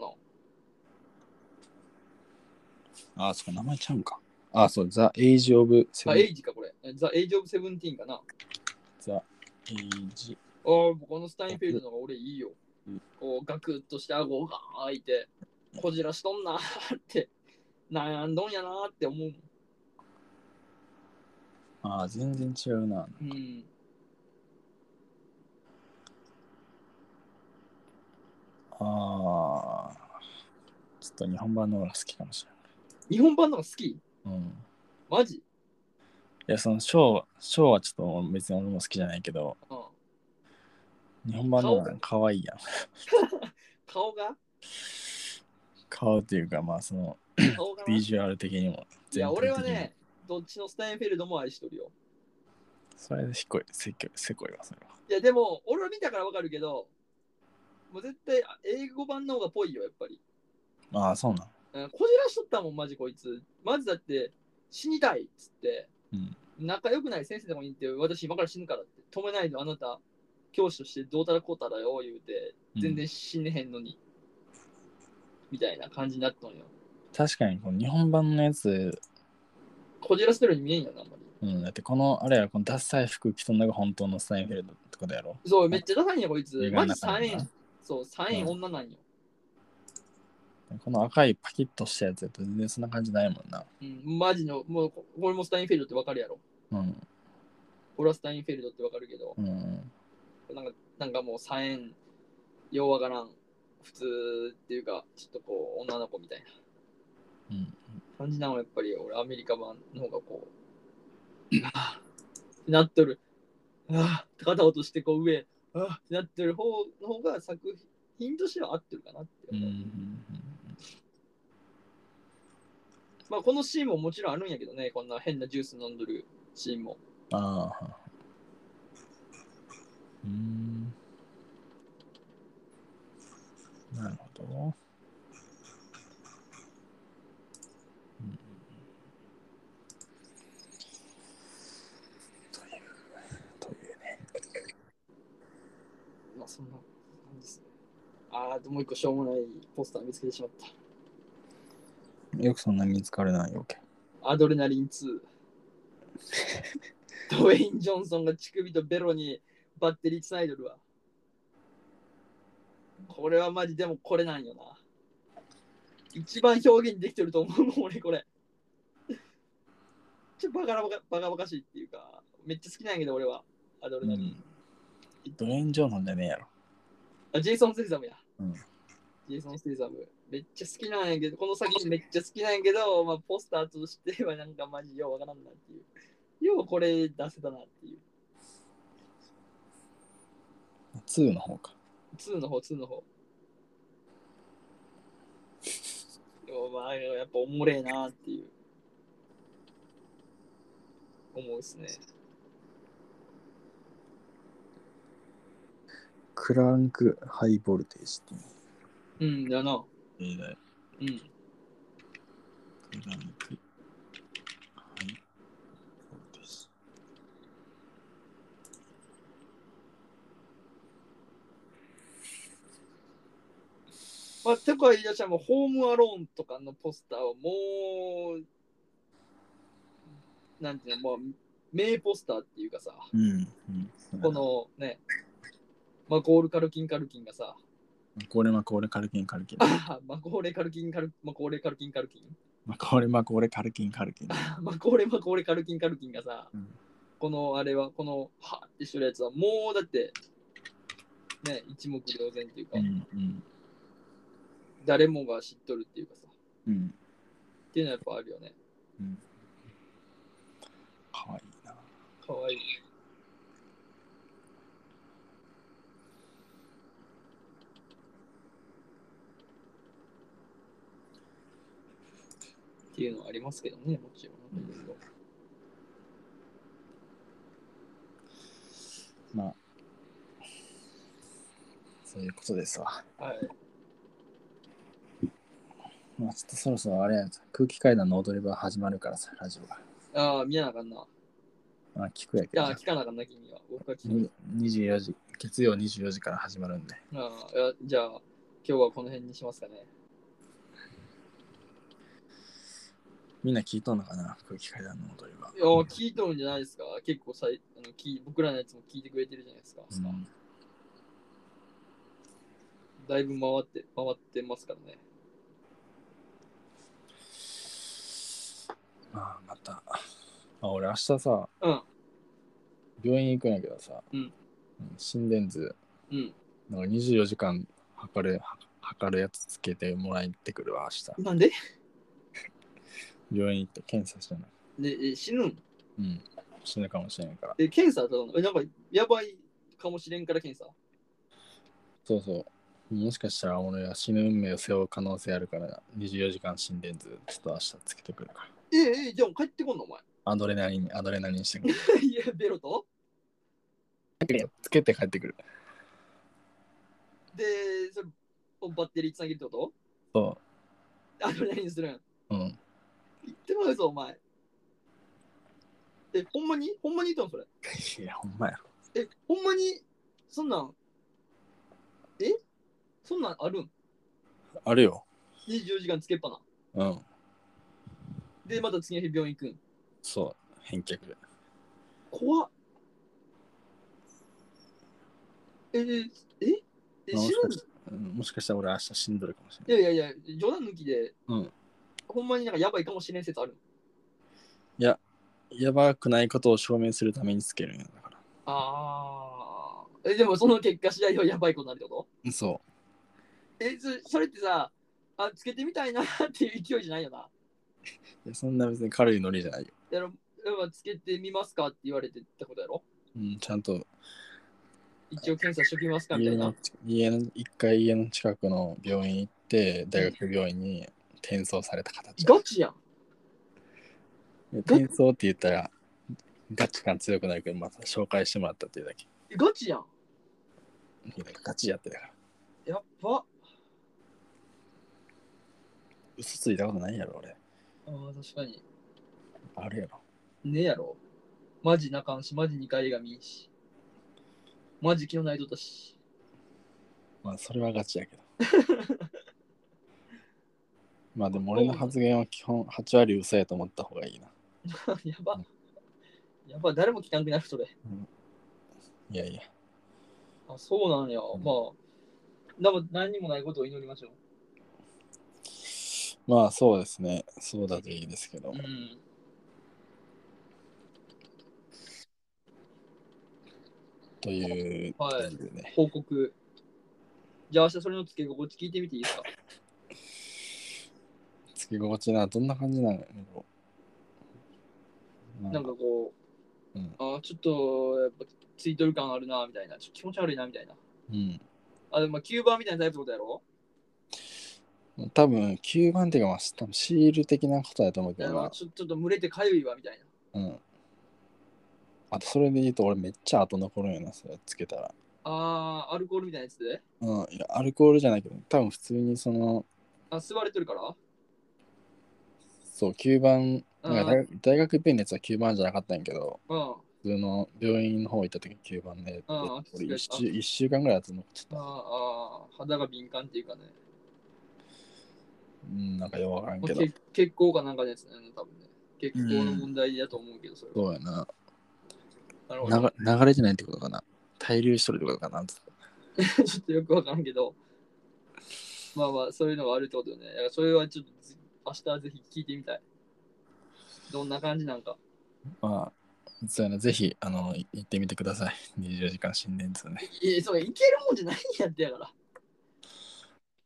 な。あ、そうか、名前ちゃうんか。あ、そう、ザ・エイジ・オブ・セブあ、ンエイジかこれ。ザ・エイジ・オブ・セブンティーンかな。あザ・エイジ・あ、このスタインフェルドの方が俺いいようん。こう、ガクッとして顎が開いて、こじらしとんなーって、悩んどんやなーって思う。あー、全然違うな。うん。ああ。ちょっと日本版の方が好きかもし日本版の方が好きれない。うん。いマジや、その、ショーは、ショーはちょっと別に俺も好きじゃないけど、うん。日本版の方が可愛いやん。顔が顔っていうか、まあ、その、顔がなビジュアル的にも。いや、全体俺的はにもね、どっちのスタインフェルドも愛しとるよ。それでひっこい、せっこい、せこいわ、それは。いや、でも、俺は見たからわかるけど、もう絶対あ英語版の方がぽいよ、やっぱり。ああ、そうなの。うんこじらしとったもん、マジこいつ。まずだって、死にたいっつって、うん仲良くない先生でもいいって、私今から死ぬからって、止めないの、あなた、教師としてどうたらこうたらよ、言うて、全うん然死ねへんのに、みたいな感じになっとんよ。確かに、この日本版のやつ、こじらせてるように見えんよな、あんまり。うん、だってこの、あれや、このダッサい服着とんのが本当のスタインフェルドってことやろ。そう、めっちゃダサいんや、こいつ映。画マのジ中3にな円、そう、3円うん女なんよ。この赤いパキッとしたやつやと全然そんな感じないもんな。うん、マジの、もう、ここれもスタインフェルドってわかるやろ。うん。俺はスタインフェルドってわかるけど、うん。なんか、なんかもう3円、ようわからん、普通っていうか、ちょっとこう、女の子みたいなうん。感じなの、やっぱり俺、アメリカ版の方がこう、あーってなっとる。ああ、肩落としてこう上、ああ、ってなってる方の方が作品としては合ってるかなってう思う。ん。まあ、このシーンももちろんあるんやけどね、こんな変なジュース飲んどるシーンも。ああ。うん。なるほど。うんという、というね。まあ、そんな感じですね。ああ、でもう一個しょうもないポスター見つけてしまった。よくそんな見つかれないよ、け。アドレナリン2。ドウェイン・ジョンソンが乳首とベロにバッテリーつないどるわ。これはマジでもこれなんよな。一番表現できてると思うもん、俺これ。ちょっとバカラバカバカバカしいっていうか、めっちゃ好きなんやけど俺は。アドレナリン。。ドレイン・ジョンソンじゃねえやろ。あ、ジェイソン・ステイザムや。うんジェイソン・ステイザム。めっちゃ好きなんやけど、この作品めっちゃ好きなんやけど、まあ、ポスターとしてはなんかマジようわからんなっていう。ようこれ出せたなっていう。 2の方か。 2の方、2の方。でもまあ、やっぱおもれえなっていう。思うっすね。クランク・ハイ・ボルテージっていううん、だな。映画やうん。クランク・ハイ・ボルテージ。まあ、てか、いやちゃんもホームアローンとかのポスターはもう、なんていうの、まあ、名ポスターっていうかさ、うん。うん、こ、のね、マコール・カルキン・カルキンがさ、 これまこれカルキンカルキン。マコーレ・カルキン・カルマコーレ・カルキン・カ ルキン、まこれまこれカルキンカルキン。マコーレ・マコーレ・カルキン・カルキンがさ、うんこのあれは、この、はってしてるやつは、もうだって、ね、一目瞭然っていうか、うんうん誰もが知っとるっていうかさ、うん。っていうのはやっぱあるよね。かわいいな。かわいい。っていうのはありますけどね、もちろん。いろいろまあ、そういうことですわ。はい。まあちょっとそろそろあれやつ空気階段の踊り場始まるからさ、ラジオが。ああ、見なあかんな。まあ聞くやけいやど、。聞かなあかんな、君は。僕は聞く。に24時、月曜24時から始まるんで。ああいやじゃあ、今日はこの辺にしますかね。みんな聞いとんのかな空気階段の踊り場。いや、聞いとるんじゃないですか。結構さいあの聞い、僕らのやつも聞いてくれてるじゃないですか。うんだいぶ回って、回ってますからね。まあまた。あ、俺明日さ、うん病院行くんやけどさ、うん心電図、うん。なんか24時間測る、は測るやつつけてもらってくるわ、明なんで日。病院行って検査してない。ねえ死ぬんうん。死ぬかもしれないから。え、検査だのえ、なんか、やばいかもしれんから検査。そうそう。もしかしたら俺は死ぬ運命を背負う可能性あるから、24時間心電図、ちょっと明日つけてくるから。ええええ、じゃあ帰ってこんのお前。アドレナリン、アドレナリンしてくる。 いや、ベロとつけて帰ってくる。で、それ、バッテリーつなげるってことそ あれ何するんう。うん。言ってまうぞ、お前。え、ほんまにほんまに言ったんそれ。いや、ほんまやろ。え、ほんまにそんなん、えそんなんあるんあるよ。 ?24 時間つけっぱうな。ん。で、また次の日病院行くん。そう。返却。怖っ。え、え、ええまあも死しぬかんしうんもしかしたら俺明日死んどるかもしれない。いやいやいや、冗談抜きで、うんほんまになんかやばいかもしれん説あるやばくないことを証明するためにつけるんやだかああ。え、でもその結果次第はやばいことになるってことら。そえそそれってさあつけてみたいなっていう勢いじゃないよなう。いやそんな別に軽いノリじゃないよ。やろやっぱつけてみますかって言われてってことやろうん、ちゃんと一応検査しときますかみた家いなの家の一回家の近くの病院行って大学病院に転送された形ガチやんで転送って言ったらガチ感強くなるけどまた紹介してもらったっていうだけガチやんガチやってたからやっば嘘ついたことないやろ俺あー確かにあるやろねえやろマジ仲んしマジ2回映画見んしマジ昨日泣いとったし まあそれはガチやけど まあでも俺の発言は基本8割嘘やと思った方がいいなやばやば誰も聞かんくなるそれいやいやあそうなんやまあでも何にもないことを祈りましょまあそうですねそうだといいですけどううんというはい感じでね、報告じゃあ明日それのつけ心地聞いてみていいですかつけ心地などんな感じなのなんかこう、うんあーちょっとやっぱついとる感あるなみたいな、ちょっと気持ち悪いなみたいな。うんあ、でもまあキューバーみたいなタイプのことやろ、多分9番っていうかまあ多分シール的なことだと思うけいやどな、ちょちょっと群れてかゆいわみたいな。うん、あとそれで言うと俺めっちゃ後残るんよなそれつけたら、あー、アルコールみたいなやつで。うん、いやアルコールじゃないけど多分普通にそのあ、吸われてるからそう9番うんなんか大大学病院のやつは9番じゃなかったんやけどうん。普通の病院の方行った時9番で、うん俺うん 1, 週一週間ぐらい後残っちゃった、あーあー、肌が敏感っていうかね。うん、なんかよくわからんまけあどけ血行かなんかのやつだよね、多分ね。血行の問題だと思うけど、それは。そうやななるほど。流流れてないってことかな滞留しとるってことかなつって ちょっとよくわからんけど。まあまあ、そういうのがあるってことよね。だからそれはちょっとぜ明日はぜひ聞いてみたい。どんな感じなんか。まあそうやなぜひあのい行ってみてください24時間心電図ねいや、それいけるもんじゃないんやってやから。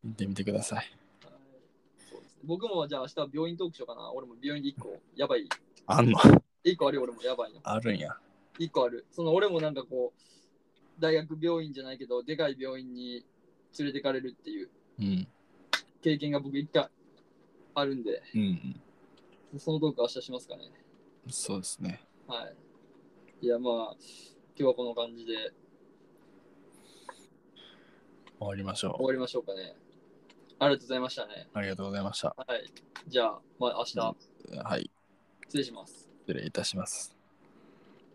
行ってみてくださいそうですね僕もじゃあ明日は病院トークしようかな。俺も病院で1個、やばい。あんの1個あるよ、俺もやばいの。あるんや1個ある。その俺もなんかこう、大学病院じゃないけど、でかい病院に連れてかれるっていううん経験が僕1回あるんで、うんそのトークは明日しますかね。そうですねはい。いや、まあ、今日はこの感じで終わりましょ終わりましょうかね。ありがとうございましたね。ありがとうございました。はい。じゃあ、まあ、明日、はい。失礼します。失礼いたします。